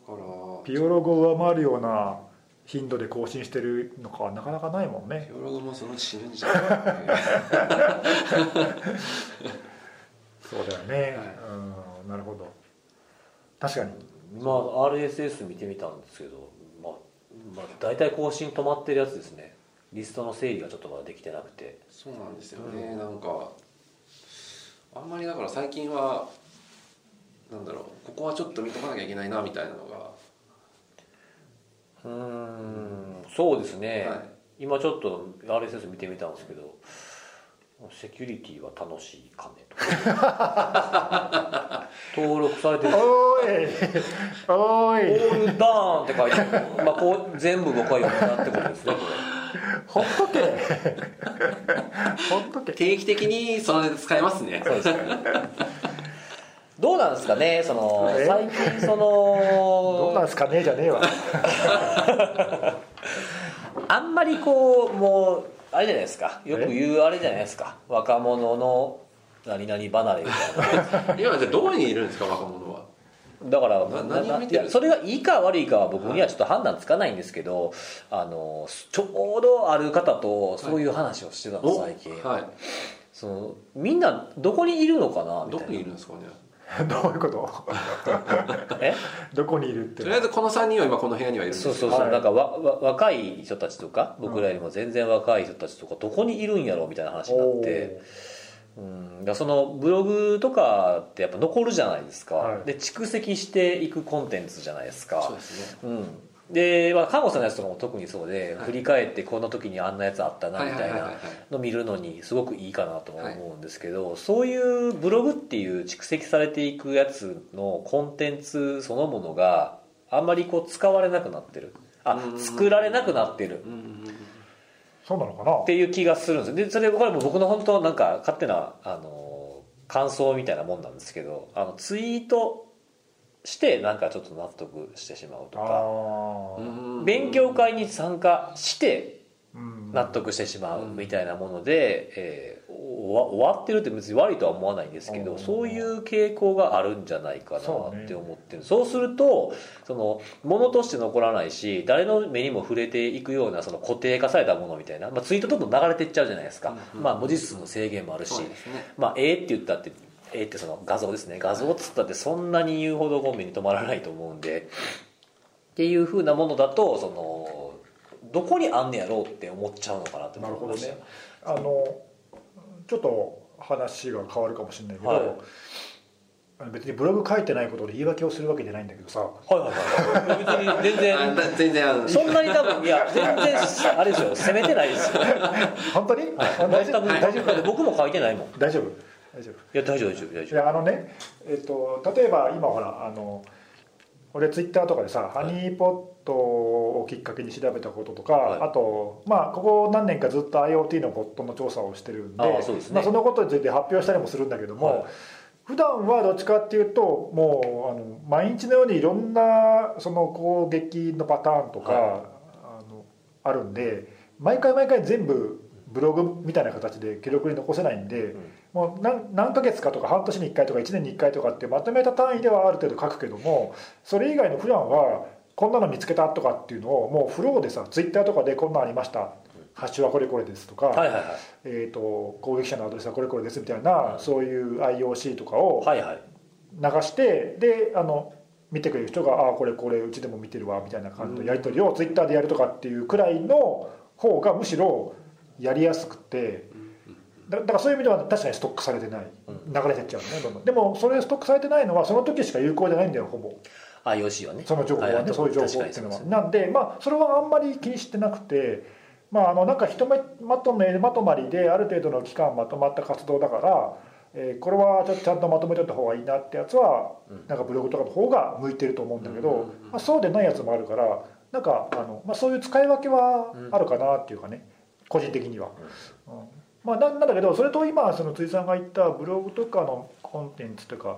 からピオログを上回るような頻度で更新してるのかはなかなかないもんねピオログもそのうち死ぬんじゃないかっていう そうだよね、はいうんなるほど確かにまあ RSS 見てみたんですけど、まあ、まあ大体更新止まってるやつですねリストの整理がちょっとまだできてなくてそうなんですよね、なんかあんまりだから最近はなんだろうここはちょっと見とかなきゃいけないなみたいなのが、うーんそうですね、はい今ちょっと RSS 見てみたんですけどセキュリティは楽しいかね とか登録されてるおーいおオーいールダーンって書いてある、まあ、こう全部僕は読んだってことですねこほっとけほっとけ定期的にそれで使えますねれそうですねどうなんですかねそのえ最近そどうなんのすかねじゃねえわあんまりこうもうあれじゃないですかよく言うあれじゃないですか若者の何々離れみたいな今じゃあどこにいるんですか若者はだからなな何を見いてるやそれがいいか悪いかは僕にはちょっと判断つかないんですけど、あのちょうどある方とそういう話をしてたの、お最近、はいそのみんなどこにいるのかなみどたこいにいなるんですかね どういうこと えどこにいるってとりあえずこの3人は今この部屋にはいるんですそうよそうそう、はいなんかわわ若い人たちとか僕らよりも全然若い人たちとかどこにいるんやろうみたいな話になおって、うん、だからそのブログとかってやっぱ残るじゃないですか、はいで蓄積していくコンテンツじゃないですかそうですねうんで、まあ、看護さんのやつとかも特にそうで、はい振り返ってこんな時にあんなやつあったなはいみはいたはいいはいはいなの見るのにすごくいいかなと思うんですけど、そういうブログっていう蓄積されていくやつのコンテンツそのものがあんまりこう使われなくなってるあうん作られなくなってるうんうんうんそうなのかっていう気がするんですでそれこれも僕の本当なんか勝手なあの感想みたいなもんなんですけどあのツイートしてなんかちょっと納得してしまうとなかあーうんうん勉強会に参加してうん納得してしまうみたいなもので、えー終わ終わってるって別に悪いとは思わないんですけうどんそういう傾向があるんじゃないかなってそ思うねってるそう,、するとそのものとして残らないし誰の目にも触れていくようなその固定化されたものみたいな、まあ、ツイートどんどん流れていっちゃうじゃないですか、うんまあ、文字数の制限もあるし、そうですねまあ、絵って言ったって絵ってその画像ですね画像っつったってそんなに言うほどコンビに止まらないと思うんでっていうふうなものだとそのどこにあんねやろうって思っちゃうのかなってなる思ほいどましたねあのちょっと話が変わるかもしれないけど、はいあの別にブログ書いてないことで言い訳をするわけじゃないんだけどさはいはいはい別に全あ然だ全然あのそんなに多分いや全然あれですよ責めてないですよ本当に、あ 大丈全く夫大丈夫だって僕も書いてないもんい大丈夫大丈夫や大丈夫大丈夫大い丈やあのね、えっと例えば今ほらあの俺ツイッターとかでさ、いハニーポットをきっかけに調べたこととか、はいあとまあここ何年かずっと IoT のボットの調査をしてるんでああそうですねまあ、そのことについて発表したりもするんだけども、はい普段はどっちかっていうともうあの毎日のようにいろんなその攻撃のパターンとか、はあのあるんで毎回毎回全部ブログみたいな形で記録に残せないんで。夫もう何何ヶ月かとか半年に1回とか1年に1回とかってまとめた単位ではある程度書くけどもそれ以外の普段はこんなの見つけたとかっていうのをもうフローでさツイッターとかでこんなのありましたハッシュはこれこれですとか、はいはいはいえー、と攻撃者のアドレスはこれこれですみたいなそういう IOC とかをはいはい流してであの見てくれる人が「ああこれこれうちでも見てるわ」みたいな感じのやり取りをツイッターでやるとかっていうくらいの方がむしろやりやすくてだだからそういう意味では確かにストックされてない流れてっちゃうねどんどんでもそれストックされてないのはその時しか有効じゃないんだよほぼ IOC はねその情報はね、はいはいそういう情報確かっにていそううのではすねなんでまあそれはあんまり気にしてなくてまああのなんかひとめまとめまとまりである程度の期間まとまった活動だから、えーこれはちょっとちゃんとまとめといた方がいいなってやつは、なんかブログとかの方が向いてると思うんだけど、うんうんうんまあ、そうでないやつもあるからなんかあの、まあ、そういう使い分けはあるかなっていうかね、個人的には。うんまあ、ななんだけどそれと今その辻さんが言ったブログとかのコンテンツとか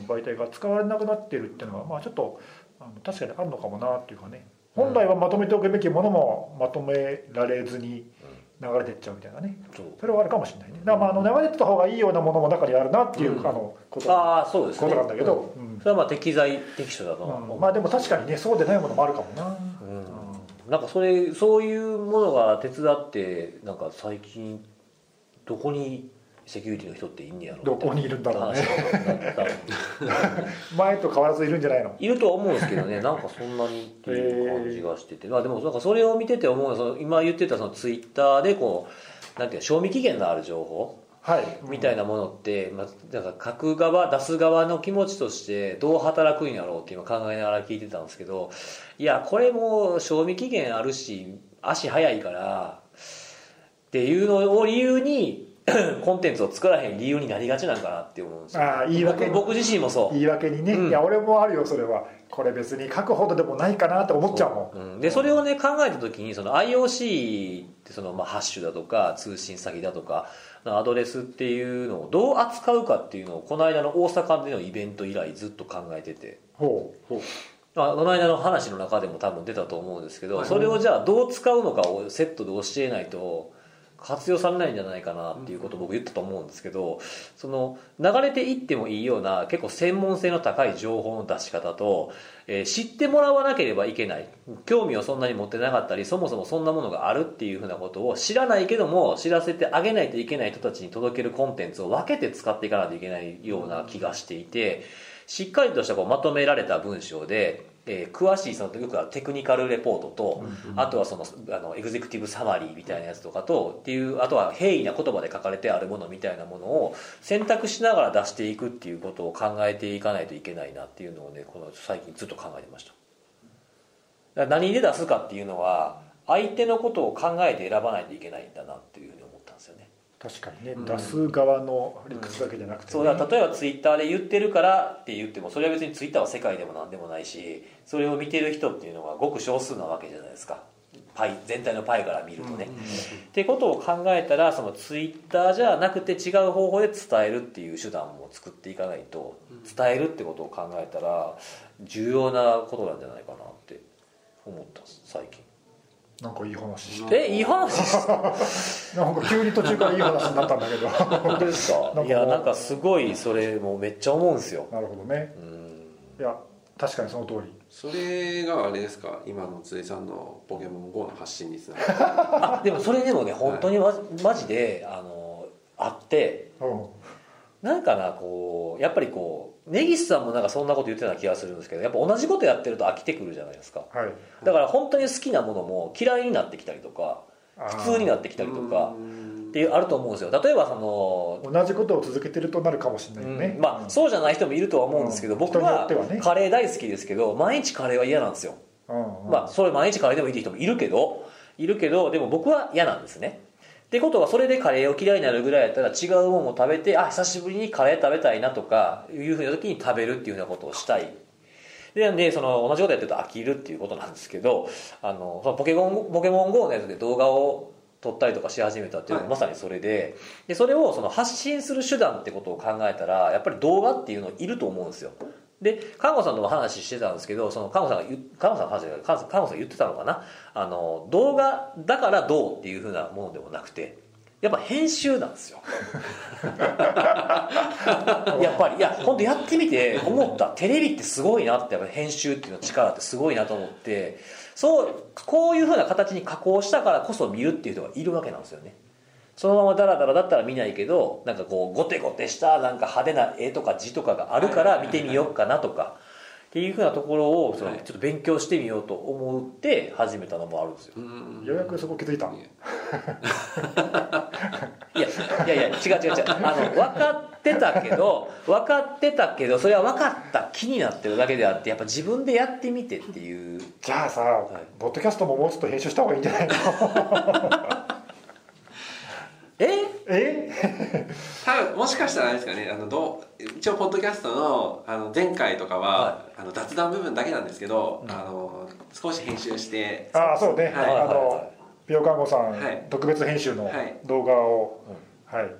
あの媒体が使われなくなってるっていうのはまあちょっとあの確かにあるのかもなっていうかね本来はまとめておくべきものもまとめられずに流れてっちゃうみたいなねそうそれはあるかもしれないねだからまああの流れてた方がいいようなものも中にあるなっていう、うんあのことこああそうですとねなんだけど、うんそれはまあ適材適所だとはう思んうまあでも確かにねそうでないものもあるかもな、うんうんなんかそれそういうものが手伝ってなんか最近どこにセキュリティの人っていんねやろどこにいるんだみたいなろうね話になった前と変わらずいるんじゃないのいるとは思うんですけ どねなんかそんなにっていう感じがしてて、まあでもなんかそれを見てて思うのはその今言ってたそのツイッターでこうなんていうの賞味期限のある情報はいみたいなものって、まあ、なんか書く側出す側の気持ちとしてどう働くんやろうって今考えながら聞いてたんですけどいやこれも賞味期限あるし足早いからっていうのを理由に コンテンツを作らへん理由になりがちなんかなって思うんですよああ言い訳僕僕自身もそう言い訳にね、うんいや俺もあるよそれはこれ別に書くほどでもないかなって思っちゃうもんうん、でそれをね考えた時にその IOC ってそのまあハッシュだとか通信先だとかアドレスっていうのをどう扱うかっていうのをこの間の大阪でのイベント以来ずっと考えててほうまあこの間の話の中でも多分出たと思うんですけど、はいそれをじゃあどう使うのかをセットで教えないと活用されないんじゃないかなっていうことを僕言ったと思うんですけどその流れていってもいいような結構専門性の高い情報の出し方と、えー知ってもらわなければいけない興味をそんなに持ってなかったりそもそもそんなものがあるっていうふうなことを知らないけども知らせてあげないといけない人たちに届けるコンテンツを分けて使っていかないといけないような気がしていてしっかりとしたこうまとめられた文章で。えー詳しいそのよくあるテクニカルレポートと、あとはそのあのエグゼクティブサマリーみたいなやつとかとっていうあとは平易な言葉で書かれてあるものみたいなものを選択しながら出していくっていうことを考えていかないといけないなっていうのをねこの最近ずっと考えてましただから何で出すかっていうのは相手のことを考えて選ばないといけないんだなっていうふうに思ったんですよね確かにね、出す側の理屈だけじゃなくて、ねそうだ例えばツイッターで言ってるからって言ってもそれは別にツイッターは世界でも何でもないしそれを見てる人っていうのはごく少数なわけじゃないですかパイ全体のパイから見るとね、ってことを考えたらそのツイッターじゃなくて違う方法で伝えるっていう手段も作っていかないと伝えるってことを考えたら重要なことなんじゃないかなって思ったんです最近なんかいい話しえいい話ですてなんか急に途中からいい話になったんだけど本当ですなんかもかういやなんかすごいそれもめっちゃ思うんですよなるほどねうんいや確かにその通りそれがあれですか今の辻さんのポケモン GO の発信につながるあ でもそれでもね本当にマジ,、マジであのあってうんなんかなこうやっぱりこう根岸さんもなんかそんなこと言ってたような気がするんですけどやっぱ同じことやってると飽きてくるじゃないですかはいだから本当に好きなものも嫌いになってきたりとかあー普通になってきたりとかうんっていうあると思うんですよ例えばその同じことを続けてるとなるかもしれないよね、うんまあそうじゃない人もいるとは思うんですけど、うん僕は人によってはねカレー大好きですけど毎日カレーは嫌なんですよ、うんうんまあそれ毎日カレーでもいいって人もいるけどいるけどでも僕は嫌なんですねってことはそれでカレーを嫌いになるぐらいやったら違うもんを食べてあ久しぶりにカレー食べたいなとかいうふうな時に食べるっていうようなことをしたいでなんでその同じことやってると飽きるっていうことなんですけどあのそのポケモン「ポケモン GO」のやつで動画を撮ったりとかし始めたっていうのはまさにそれででそれをその発信する手段ってことを考えたらやっぱり動画っていうのいると思うんですよで看護さんとも話してたんですけどその看護さんが言う看護さんの話じゃない看護さん看護さんが言ってたのかなあの動画だからどうっていうふうなものでもなくてやっぱ編集なんですよやっぱりいや本当やってみて思ったテレビってすごいなってやっぱ編集っていうの力ってすごいなと思ってそうこういうふうな形に加工したからこそ見るっていう人がいるわけなんですよねそのままダラダラだったら見ないけどなんかこうゴテゴテしたなんか派手な絵とか字とかがあるから見てみようかなとかっていうふうなところをそのはいちょっと勉強してみようと思って始めたのもあるんですようんようやくそこ気づいたいやいやいやいや違う違う違うあの分かってたけど分かってたけどそれは分かった気になってるだけであってやっぱ自分でやってみてっていうじゃあさ、いポッドキャストももうちょっと編集した方がいいんじゃないのええ多分もしかしたらあれですかねあのどう一応ポッドキャストのあの前回とかは、はあの雑談部分だけなんですけど、うんあの少し編集してああそうね、はいあの、はい美容看護さん、はい特別編集のはい動画を、はい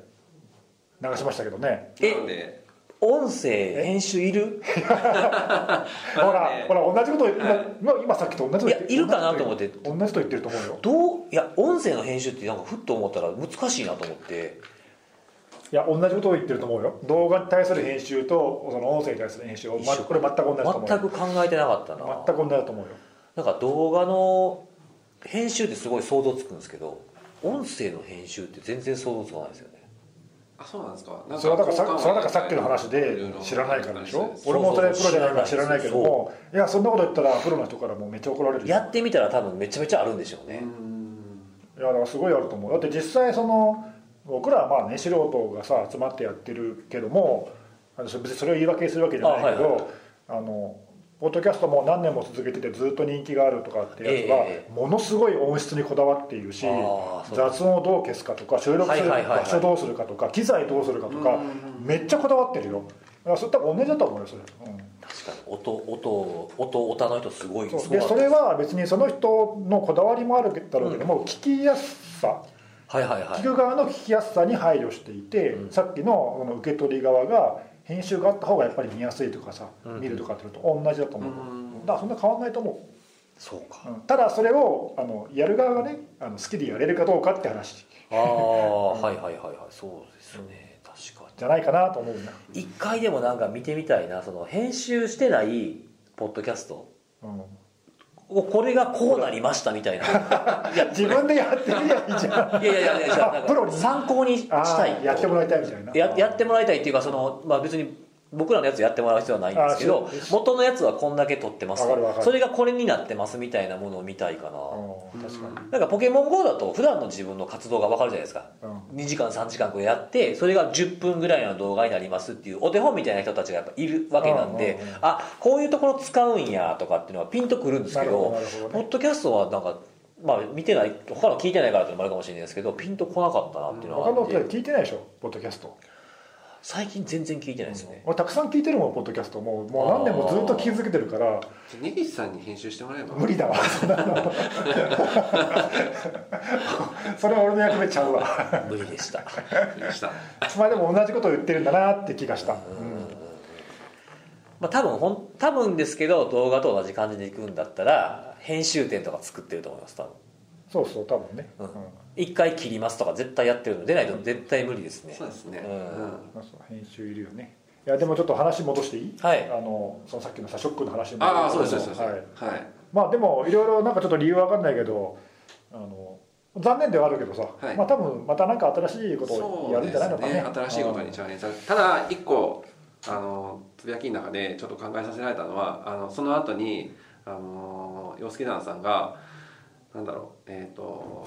流しましたけどねなので音声編集いるほらなのでほら同じこと、はい今今さっきと同じこと言っていやいるかなと思って同じこと言ってると思うよどういや音声の編集ってなんかふっと思ったら難しいなと思っていや同じことを言ってると思うよ動画に対する編集とその音声に対する編集を、ま、一緒これ全く同じだと思う全く考えてなかったな全く同じだと思うよなんか動画の編集ってすごい想像つくんですけど音声の編集って全然想像つかないですよねあそうなんですかなんそれはだからさ交換それはだからさっきの話いろいでろ知らないからでしそうょです俺もそれプロじゃないから知そうそうらないけどもいやそんなこと言ったらプロの人からもうめっちゃ怒られるよやってみたら多分めちゃめちゃあるんでしょうね、うんいやだからすごいあると思うだって実際その僕らはまあね素人がさ集まってやってるけどもあの別にそれを言い訳するわけじゃないけあはいどあのポッドキャストも何年も続けててずっと人気があるとかってやつはえものすごい音質にこだわっているしあーそう雑音をどう消すかとか収録するはいはいはいはい場所どうするかとか機材どうするかとかめっちゃこだわってるよだからそれ多分同じだと思うよそれ。うん確かに音音音音の人すごいそうすごでかっそたれは別にその人のこだわりもあるだろうけども、聞きやすさはいはいは聞いく側の聞きやすさに配慮していて、うんさっきのこの受け取り側が編集があった方がやっぱり見やすいとかさ、うん見るとかっていうのと同じだと思う、うんだからそんな変わんないと思そうかうんただそれをあのやる側がねあの好きでやれるかどうかって話ああはいはいはいはいそうですね確かじゃないかなと思うな、に一回でもなんか見てみたいなその編集してないポッドキャストうんおこれがこうなりましたみたい ないや自分でやってみりゃい いじゃんいやいやいやいやなんプロかに参考にしあたーいやってもらいたいみたいなややってもらいたいっていうかその、まあ、別に僕らのやつやってもらう必要はないんですけあどそうです元のやつはこんだけ撮ってますわかるわかるそれがこれになってますみたいなものを見たいかな、うん確かなんかポケモン GO だと普段の自分の活動が分かるじゃないですかに、うん2時間3時間こうやってそれが10分ぐらいの動画になりますっていうお手本みたいな人たちがやっぱいるわけなんでうんうんうんあこういうところ使うんやとかっていうのはピンとくるんですけなるほどなどるほどポねッドキャストはなんかまあ見てない他の聞いてないからっていうのもあるかもしれないですけどピンとこなかったなっていうのは他あのっ人て聞いてないでしょポッドキャスト最近全然聞いてないですね俺たくさん聞いてるもんポッドキャストもうもう何年もずっと聞き続けてるから根岸さんに編集してもらえば無理だわ そんなのそれは俺の役目ちゃうわ無理でしたでしたまあでも同じことを言ってるんだなって気がした、うんまあ多分ほん多分ですけど動画と同じ感じでいくんだったら編集点とか作ってると思います多分そうそう多分ね、ううんん一回切りますとか絶対やってるのでないと絶対無理ですねそうですね、うんまあそう編集いるよねいやでもちょっと話戻していい、はいあのそのさっきのさショックの話もああそうですそうですそうはでい、すはい、はいまあでもいろいろなんかちょっと理由は分かんないけどあの残念ではあるけどさ、はいまあ多分またなんか新しいことをそやうるんじでゃないのすかねね新しいことにチャレンジされただ一個あのつぶやきの中でちょっと考えさせられたのはあのその後にあの洋介団さんがなんだろうえっ、と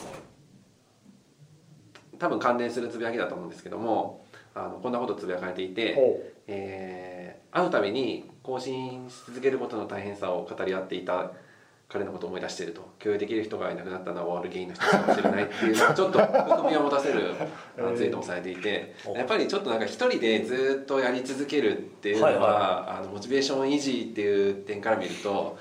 多分関連するつぶやきだと思うんですけどもあのこんなことつぶやかれていて、おうえー会うたびに更新し続けることの大変さを語り合っていた彼のことを思い出していると共有できる人がいなくなったのは終わる原因の一つかもしれないって いうのをちょっと国民を持たせるあのツイートもされていてやっぱりちょっとなんか一人でずっとやり続けるっていうのは、はいあのモチベーション維持っていう点から見ると、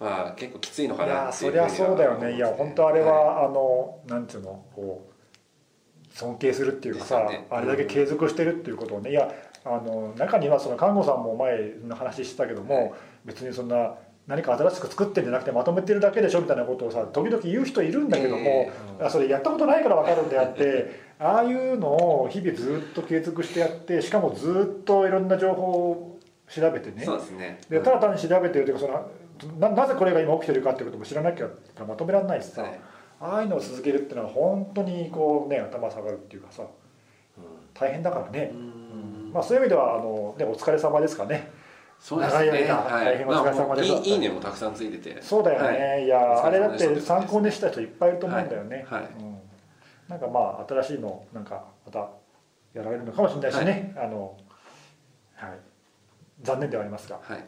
まあ、結構きついのかいやなーっていそうふうりにはゃそうだよ思うんねいでやすね本当あれは、あのなんつうのこう尊敬するっていうかさ、ですよねあれだけ継続してるっていうことをねいやあの中にはその看護さんも前の話してたけども、はい別にそんな何か新しく作ってんじゃなくてまとめてるだけでしょみたいなことをさ時々言う人いるんだけどもえ、あそれやったことないから分かるんであってああいうのを日々ずっと継続してやってしかもずっといろんな情報を調べてねそうですねでただ単に調べてるというかそのななぜこれが今起きてるかっていうことも知らなきゃまとめられないしさ、はいああいうのを続けるっていうのは本当にこうね頭下がるっていうかさ大変だからねう、んまあ、そういう意味ではあの、ね、お疲れ様ですかねそうですね長い間は大い変お疲れ様でしたまあもういいいいねもたくさんついててそうだよね、、はいやあお疲れだれ様っですて参考にした人いっぱいいると思うんだよね、はいはいうん、なんかまあ新しいのなんかまたやられるのかもしれないしね、あのはい、残念ではありますがはい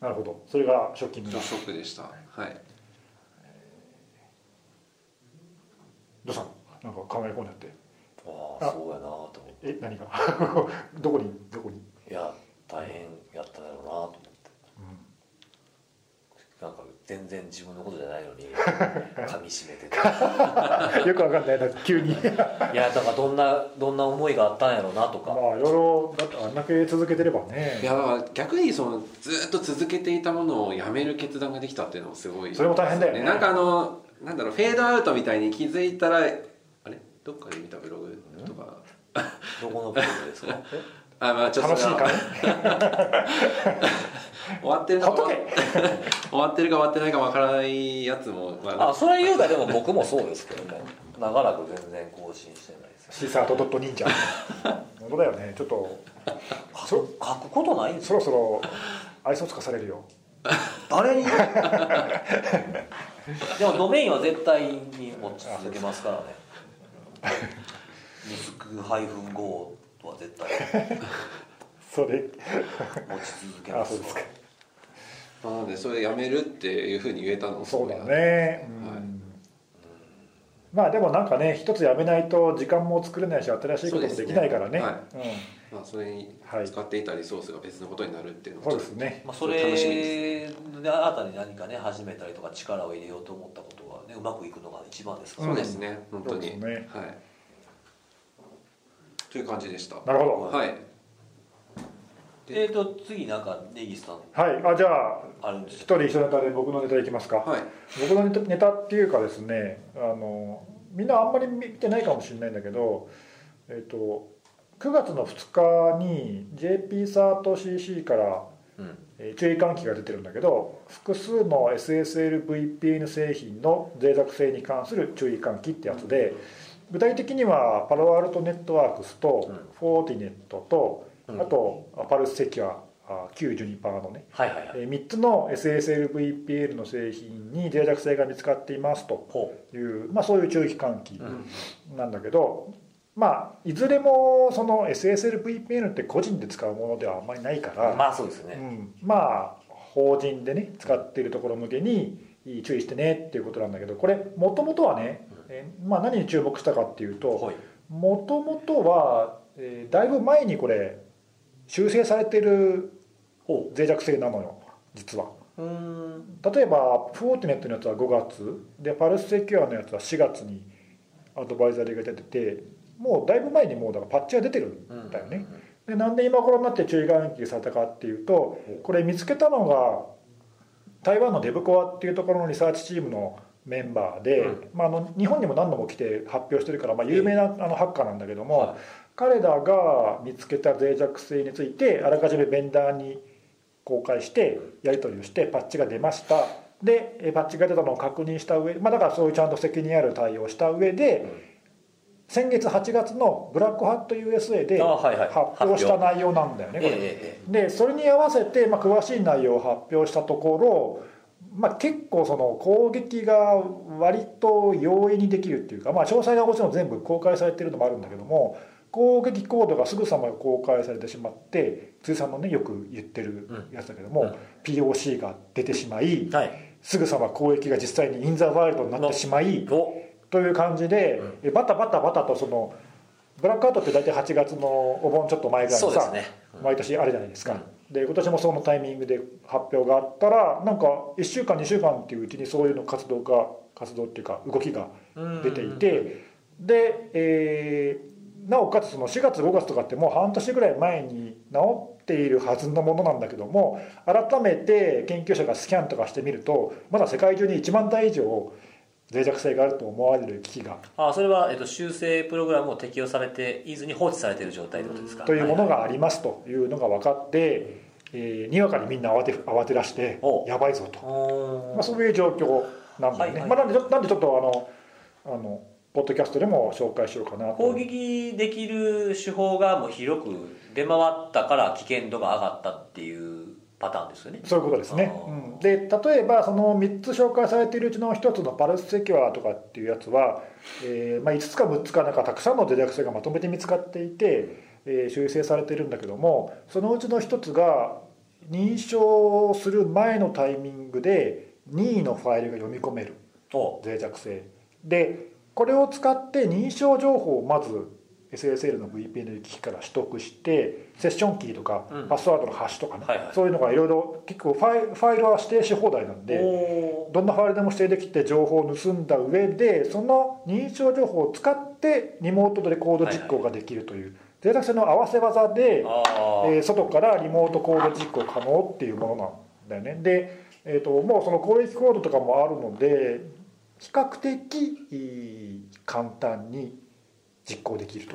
なるほどそれがショッキングシだョックでしたはいどうしたのなんか考え込んじゃってあああそうやなと思ってえ何が どこにどこに、 いや大変やっただろうなと思ってなんか全然自分のことじゃないのに噛み締めてたよくわかんないな急に いやだからどんなどんな思いがあったんやろうなとまあか、いろいろだってあんだけ続けてればねいやだから逆にそのずっと続けていたものをやめる決断ができたっていうのもすごいそれも大変だよねなんかあのなんだろうフェードアウトみたいに気づいたらあれどっかで見たブログとかどこの部分ですかあまあちょっと楽しいそれはかね終わってるかほっと終けわってる か終わってないかわからないやつもまああそれ言うたらでも僕もそうですけどね長らく全然更新してないですシーサーとドット忍者本当だよねちょっと書く書くことないんですそよろそろ愛想つかされるよ誰にでもドメインは絶対に持ち続けますからねリスクハイフン GO は絶対それ持ち続けあまそうすですかまあなのでそれやめるっていうふうに言えたのもすそごういだなよね、うんはいまあでもなんかね一つやめないと時間も作れないし新しいこともできないからねそううまあそれにはい使っていたリソースが別のことになるっていうのんもそうですねまあ、そ楽しみれで新たに何かね始めたりとか力を入れようと思ったことはねうまくいくのが一番ですからそうね、ですね、本当にそうですねはいという感じでしたなるほどはいえっ、ー、と次なんか根岸さんはいあじゃああるんです一よ人一ネタで僕のネタいきますか、はい僕のネタネタっていうかですねあのみんなあんまり見てないかもしれないんだけど、えっと9月の2日に JP サート CC から、んえー注意喚起が出てるんだけど複数の SSLVPN 製品の脆弱性に関する注意喚起ってやつで、具体的にはパロアルトネットワークスと、フォーティネットと、あとパルスセキュアあ92%のねはいはいはいえー3つの SSLVPL の製品に脆弱性が見つかっていますとほいう、まあ、そういう注意喚起なんだけど、まあ、いずれもその SSLVPL って個人で使うものではあんまりないから、うまあそうですね、うん、まあ法人でね使っているところ向けに注意してねっていうことなんだけどこれもともとはね、えーまあ、何に注目したかっていうとはいもともとは、えーだいぶ前にこれ修正されてるほ脆弱性なのよ実は。ううーん例えばフォーティネットのやつは5月でパルスセキュアのやつは4月にアドバイザリーが出ててもうだいぶ前にもうだからパッチが出てるんだよね、でなんで今頃になって注意喚起されたかっていうとこれ見つけたのが台湾のデブコアっていうところのリサーチチームのメンバーで、まあ、あの日本にも何度も来て発表してるから、まあ、有名なあのハッカーなんだけども、はい彼らが見つけた脆弱性についてあらかじめベンダーに公開してやり取りをしてパッチが出ましたでえパッチが出たのを確認した上、まあ、だからそういうちゃんと責任ある対応をした上で、先月8月のブラックハット USA であ発はいはい表した内容なんだよねこええれ。ええでそれに合わせて、まあ、詳しい内容を発表したところ、まあ、結構その攻撃が割と容易にできるっていうか、まあ、詳細がもちろん全部公開されてるのもあるんだけども攻撃コードがすぐさま公開されてしまって辻さんのねよく言ってるやつだけども、うんうん POC が出てしまい、えはいすぐさま攻撃が実際にインザワールドになってしまい、おという感じで、えバタバタバタとそのブラックアウトって大体8月のお盆ちょっと前ぐらいにそうでさ、すね毎年あれじゃないですか、で今年もそのタイミングで発表があったらなんか1週間2週間っていううちにそういうの活動が活動っていうか動きが出ていてで、えーなおかつその4月5月とかってもう半年ぐらい前に治っているはずのものなんだけども改めて研究者がスキャンとかしてみるとまだ世界中に1万体以上脆弱性があると思われる機器があそれは、えっと、修正プログラムを適用されていずに放置されている状態ということですかというものはがありますというのが分かって、えーにわかにみんな慌て慌てらしておやばいぞと、おまあ、そういう状況なんだよね、はいはいまあ、なんでちょなんでちょっとあのあのポッドキャストでも紹介しようかなと攻撃できる手法がもう広く出回ったから危険度が上がったっていうパターンですよねそういうことですねあ、ーうんで例えばその3つ紹介されているうちの1つのパルスセキュアとかっていうやつは、えーまあ、5つか6つかなんかたくさんの脆弱性がまとめて見つかっていて、えー修正されてるんだけどもそのうちの1つが認証する前のタイミングで任意のファイルが読み込めると脆弱性でこれを使って認証情報をまず SSL の VPN 機器から取得してセッションキーとかうんパスワードのハッシュとかね、はいはいそういうのがいろいろ結構ファイルファイルは指定し放題なんおでおどんなファイルでも指定できて情報を盗んだ上でその認証情報を使ってリモートでコード実行ができるという脆弱性の合わせ技で、ああ、えー外からリモートコード実行可能っていうものなんだよねで、えー、ともうその攻撃コードとかもあるので比較的えー簡単に実行できる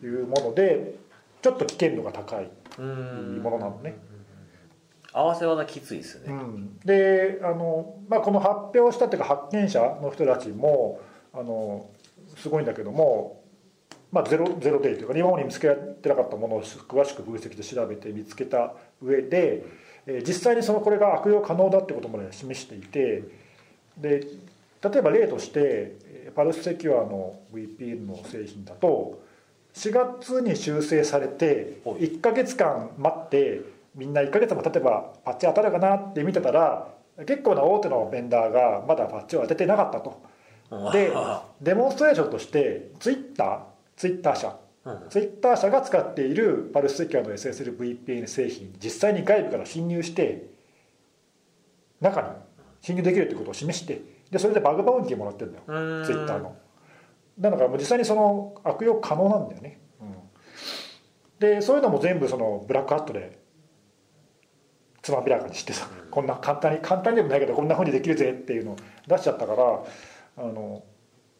というものでちょっと危険度が高いうんものなのね、合わせ技きついですうね、ん、であの、まあ、この発表したっていうか発見者の人たちもあのすごいんだけども、まあ、ゼロゼロデイというか今まで見つけられてなかったものを詳しく分析で調べて見つけた上で、えー実際にそのこれが悪用可能だってことまで示していてで例えば例としてえーパルスセキュアの VPN の製品だと4月に修正されてはい1ヶ月間待ってみんな1ヶ月も経てばパッチ当たるかなって見てたら結構な大手のベンダーがまだパッチを当ててなかったと。うんであデモンストレーションとしてツイッターツイッター社ーうんツイッター社が使っているパルスセキュアの SSLVPN 製品実際に外部から侵入して中に侵入できるということを示してでそれでバグバウンティーもらってるんだようんツイッターのだからもう実際にその悪用可能なんだよね、うんでそういうのも全部そのブラックハットでつまびらかにしてさこんな簡単に簡単でもないけどこんなふうにできるぜっていうのを出しちゃったからあの、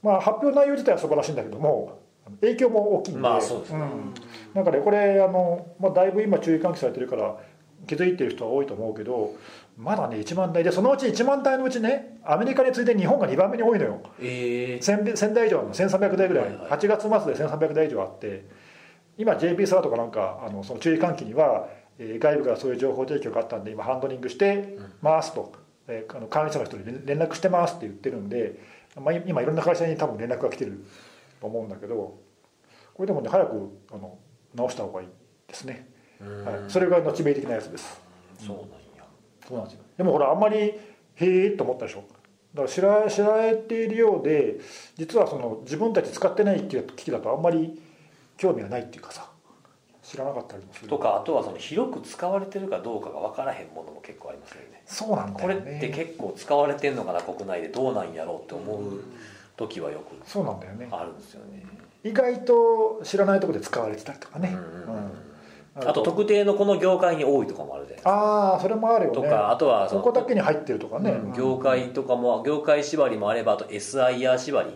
まあ、発表内容自体は素晴らしいんだけども影響も大きいんで,、まあそうですねん、なんかねこれあの、まあ、だいぶ今注意喚起されてるから気づいてる人は多いと思うけどまだね1万台でそのうち1万台のうちねアメリカに次いで日本が2番目に多いのよ。ええ1000 1000台以上の1300台ぐらい、8月末で1300台以上あって今 JP サーとかなんかあのその注意喚起には、えー外部からそういう情報提供があったんで今ハンドリングしてますと、えーあの管理者の人に連連絡してますって言ってるんで、まあ、い今いろんな会社に多分連絡が来てると思うんだけどこれでもね早くあの直した方がいいですね、はい、それが後命的なやつですそうなんやそうなんですよでもほらあんまりへえと思ったでしょだから知ら知られているようで実はその自分たち使ってない機器だとあんまり興味がないっていうかさ知らなかったりもするとかあとはその広く使われてるかどうかが分からへんものも結構ありますよねそうなんだこれよねって結構使われてんのかな国内でどうなんやろうって思う時はよくそうなんだよねあるんですよね、意外と知らないところで使われてたりとかね、うんうんあと特定のこの業界に多いとかもあるじゃないですかああそれもあるよねとかあとはそそのこだけに入ってるとかね、うん業界とかも業界縛りもあればあと SIR 縛り、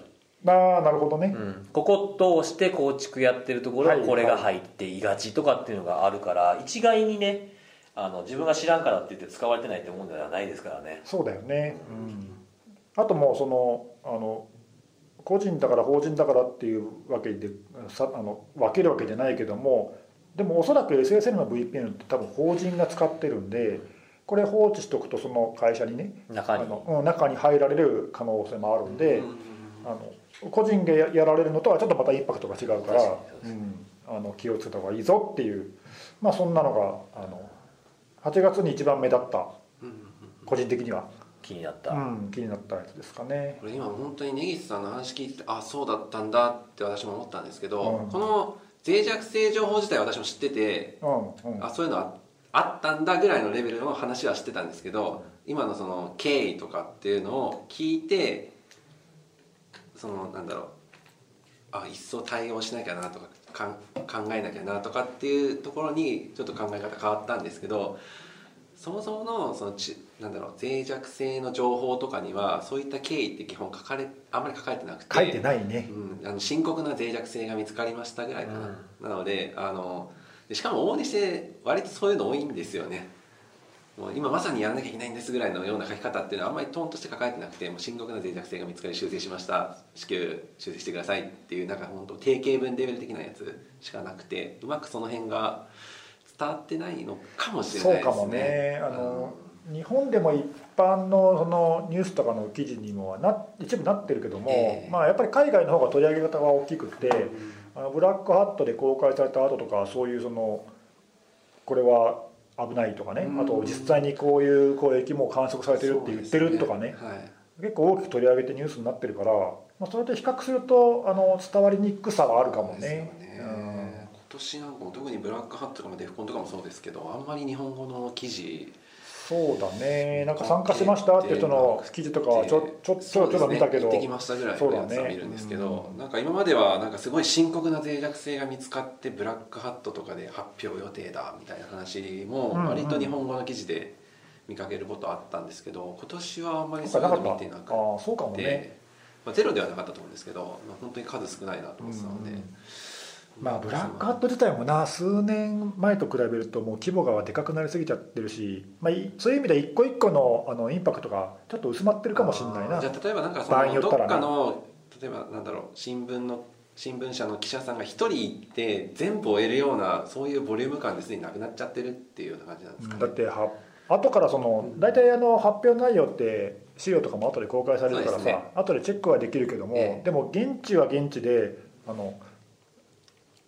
ああなるほどね、ここと押して構築やってるところははいこれが入っていがちとかっていうのがあるから一概にねあの自分が知らんからって言って使われてないってもんではないですからねそうだよね、あともうそのあの個人だから法人だからっていうわけでさあの分けるわけじゃないけどもでもおそらく SSL の VPN って多分法人が使ってるんでこれ放置しておくとその会社にね中にあのうん中に入られる可能性もあるんで、あの個人がややられるのとはちょっとまたインパクトが違うか確からにそうですうんあの気をつけた方がいいぞっていう、まあ、そんなのがあの8月に一番目立った個人的には、気になった、うん、気になったやつですかねこれ今本当に根岸さんの話聞いてあそうだったんだって私も思ったんですけど、うんこの脆弱性情報自体私も知っててうんうんあそういうのはあったんだぐらいのレベルの話はしてたんですけど今のその経緯とかっていうのを聞いてそのなんだろうあ一層対応しなきゃなとかかん考えなきゃなとかっていうところにちょっと考え方変わったんですけどそもそものそのちなんだろう脆弱性の情報とかにはそういった経緯って基本書かれあんまり書かれてなくて書いてないねうん、あの深刻な脆弱性が見つかりましたぐらいかな、なのであのでしかも往々にして割とそういうの多いんですよねもう今まさにやらなきゃいけないんですぐらいのような書き方っていうのはあんまりトーンとして書かれてなくてもう深刻な脆弱性が見つかり修正しました至急修正してくださいっていうなんか本当定型文レベル的なやつしかなくてうまくその辺が伝わってないのかもしれなそういですねかもねあの、日本でも一般のそのニュースとかの記事にもはな一部なってるけども、ええまあ、やっぱり海外の方が取り上げ方が大きくて、あのブラックハットで公開された後とかそういうそのこれは危ないとかね、うんあと実際にこういう攻撃も観測されてるって言ってるとかねそうですねはい結構大きく取り上げてニュースになってるから、まあ、それと比較するとあの伝わりにくさはあるかもねそうですよね今年なんかも特にブラックハットとかもデフコンとかもそうですけどあんまり日本語の記う事んそうだねなんか参加しましたっていう人の記事とかはちょちょちょちょちょっと見たけそどうですね行ってきましたぐらいのやつそうはだね見るんですけど、なんか今まではなんかすごい深刻な脆弱性が見つかってブラックハットとかで発表予定だみたいな話もうんうん割と日本語の記事で見かけることあったんですけど今年はあんまりそそううかないうかっの見たてなくあーそうかもて、ね、まあ、ゼロではなかったと思うんですけど、まあ、本当に数少ないなと思ってたので、うんまあブラックハット自体もな数年前と比べるともう規模がでかくなりすぎちゃってるし、まあ、いそういう意味では一個一個のあのインパクトがちょっと薄まってるかもしれないあーなじゃあ例えばなんかそ場合によのっどたらっねかの例えばなんだろう新聞の新聞社の記者さんが一人いて全部終えるようなそういうボリューム感ですでになくなっちゃってるっていうような感じなんですかね。だっては後からその大体あの発表内容って資料とかも後で公開されるからそさ、うですね後でチェックはできるけども、ええでも現地は現地であの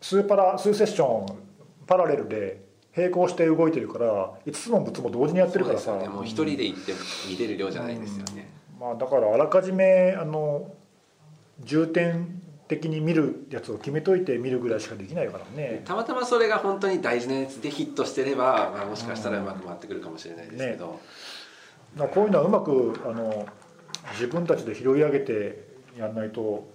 数パラ数セッションパラレルで並行して動いてるから5つの物も同時にやってるからそさうですよねもう一人で行って見れる量じゃないですよね。まあ、だからあらかじめあの重点的に見るやつを決めといて見るぐらいしかできないからね。たまたまそれが本当に大事なやつでヒットしてれば、まあ、もしかしたらうまく回ってくるかもしれないですけど、だからこういうのはうまくあの自分たちで拾い上げてやんないと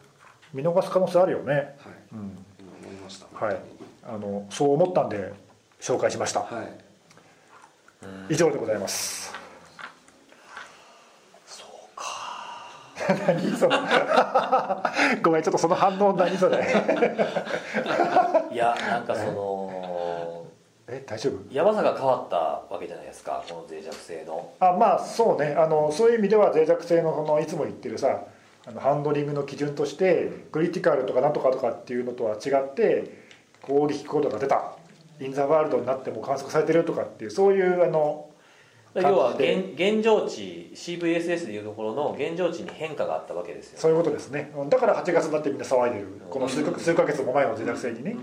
見逃す可能性あるよね。うはい、ん、今思いました。はい。あのそう思ったんで紹介しました。はい。以上でございますそうか 何そのごめんちょっとその反応何それ いやなんかそのえ大丈夫山さが変わったわけじゃないですかこの脆弱性のあまあそうねあのそういう意味では脆弱性のそのいつも言ってるさあのハンドリングの基準としてクリティカルとかなんとかとかっていうのとは違って攻撃コードが出たインザワールドになってもう観測されてるとかっていうそういうあの要は現現状値 CVSS でいうところの現状値に変化があったわけですよそういうことですねうんだから8月になってみんな騒いでるこの数か数ヶ月も前の脆弱性にね、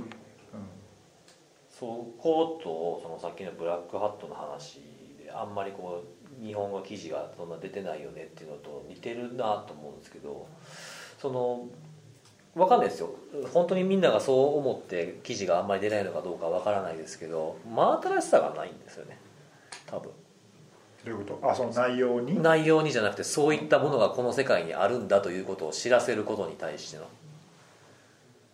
そことそのさっきのブラックハットの話であんまりこう日本語記事がそんな出てないよねっていうのと似てるなと思うんですけどそのわかんないですよ本当にみんながそう思って記事があんまり出ないのかどうかわからないですけど真新しさがないんですよね多分どういうことあその内容に内容にじゃなくてそういったものがこの世界にあるんだということを知らせることに対しての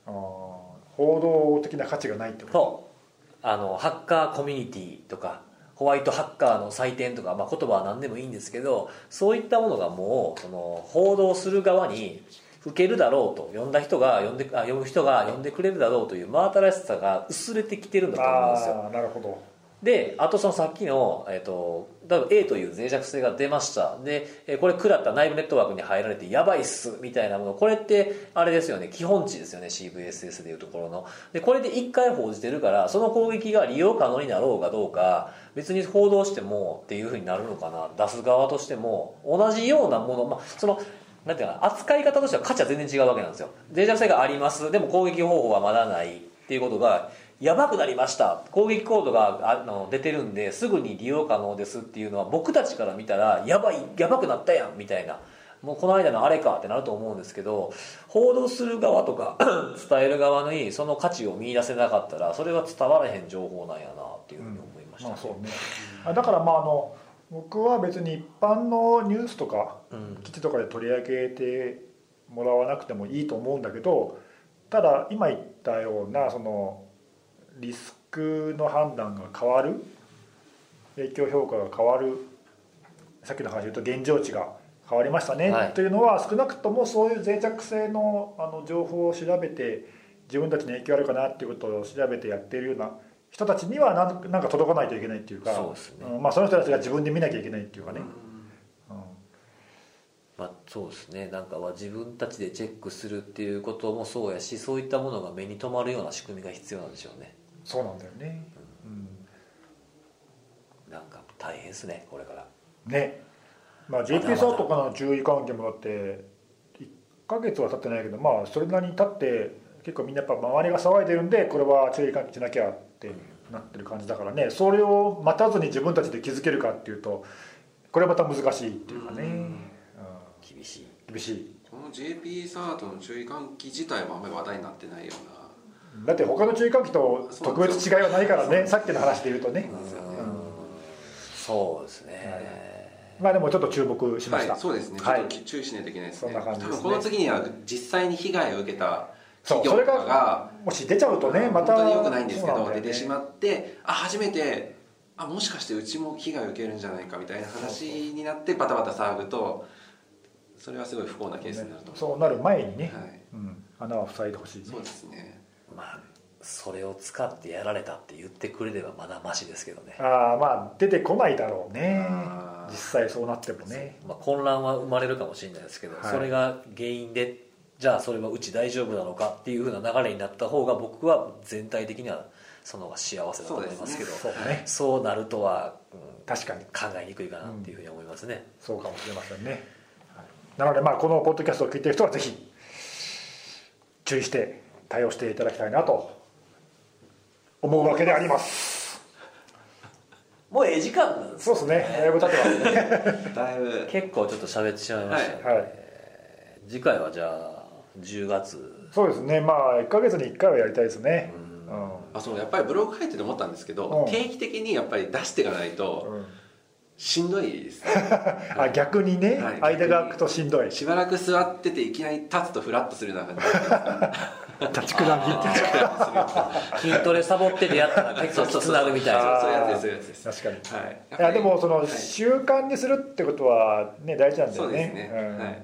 あー報道的な価値がないってことそうあのハッカーコミュニティとかホワイトハッカーの祭典とか、まあ、言葉は何でもいいんですけどそういったものがもうその報道する側に受けるだろうと読んだ人が読んであ読む人が読んでくれるだろうという真新しさが薄れてきてるんだと思うんですよああなるほどであとそのさっきの、えっと例えば A という脆弱性が出ましたでえーこれ食らった内部ネットワークに入られてやばいっすみたいなものこれってあれですよね基本値ですよね CVSS でいうところのでこれで1回報じてるからその攻撃が利用可能になろうかどうか別に報道してもっていうふうになるのかな出す側としても同じようなもの、まあ、そのなんていうかな扱い方としては価値は全然違うわけなんですよ脆弱性がありますでも攻撃方法はまだないっていうことがやばくなりました攻撃コードがあの出てるんですぐに利用可能ですっていうのは僕たちから見たらやばいやばくなったやんみたいなもうこの間のあれかってなると思うんですけど報道する側とか 伝える側にその価値を見出せなかったらそれは伝わらへん情報なんやなっていうふうに思いました、まあそうねあだからまああの僕は別に一般のニュースとかうん基地とかで取り上げてもらわなくてもいいと思うんだけどただ今言ったようなそのリスクの判断が変わる影響評価が変わるさっきの話で言うと現状値が変わりましたね、はいというのは少なくともそういう脆弱性のあの情報を調べて自分たちに影響あるかなっていうことを調べてやってるような人たちにはなんなんか届かないといけないっていうかそうですねんまあ、その人たちが自分で見なきゃいけないっていうかね、うんまあ、そうですねなんかは自分たちでチェックするっていうこともそうやしそういったものが目に留まるような仕組みが必要なんでしょうねそうなんだよね、うんなんか大変ですねこれからねまあ GPSO とかの注意喚起もだって1ヶ月は経ってないけどまあそれなりに経って結構みんなやっぱ周りが騒いでるんでこれは注意喚起しなきゃってなってる感じだからねそれを待たずに自分たちで気づけるかっていうとこれまた難しいっていうかね、うんう厳しいん厳しいこの JP サートの注意喚起自体もあんまり話題になってないようなだって他の注意喚起と特別違いはないからねさっきの話で言うとね、そうですね、まあでもちょっと注目しました、はい、そうですね、はいちょっと注意しないといけないですねそんな感じですね多分この次には実際に被害を受けたそう企そ業れとかががもし出ちゃうとねま本た当に良くないんですそけうど、なんだよ出ねてしまってあ初めてあもしかしてうちも被害を受けるんじゃないかみたいな話になってバタバタ騒ぐとそれはすごい不幸なケースになると思そうなる前にう、ね、はい、うん、穴は塞いでほしいねそうですねまあそれを使ってやられたって言ってくれればまだマシですけどね、ああまあ出てこないだろうねあー実際そうなってもねまあ、混乱は生まれるかもしれないですけど、はいそれが原因でじゃあそれはうち大丈夫なのかっていうふうな流れになった方が僕は全体的にはその方が幸せだと思いますけどそうねそうなるとは、うん確かに考えにくいかなっていうふうに思いますね、そうかもしれませんね、はいなのでまあこのポッドキャストを聞いてる人はぜひ注意して対応していただきたいなと思うわけでありますもうええ時間なんですそうですねだいぶ経って ますねだいぶ結構ちょっと喋ってしまいましたね、はい次回はじゃあ10月そうですねまあ1か月に1回はやりたいですねうんあそうやっぱりブログ書いてて思ったんですけど、うん定期的にやっぱり出していかないと、うんしんどいです、ね、あ逆にね、はい間が空くとしんどいしばらく座ってていきなり立つとフラッとするような感じ立ちくらみ立ちくらみするような筋トレサボっててやったら結そう構そうきつそうなるみたいなそうそういうやつですそういうやつです確かに はいいやでもそのはい習慣にするってことはね大事なんだよねそうですねうんはい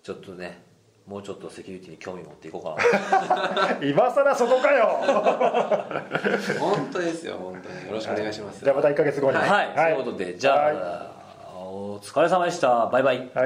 ちょっとねもうちょっとセキュリティに興味持っていこうかなはい今さらそこか よ本当ですよ本当によろしくお願いしますじゃあまた1か月後にはい、ということでじゃあ、お疲れ様でしたバイバイはい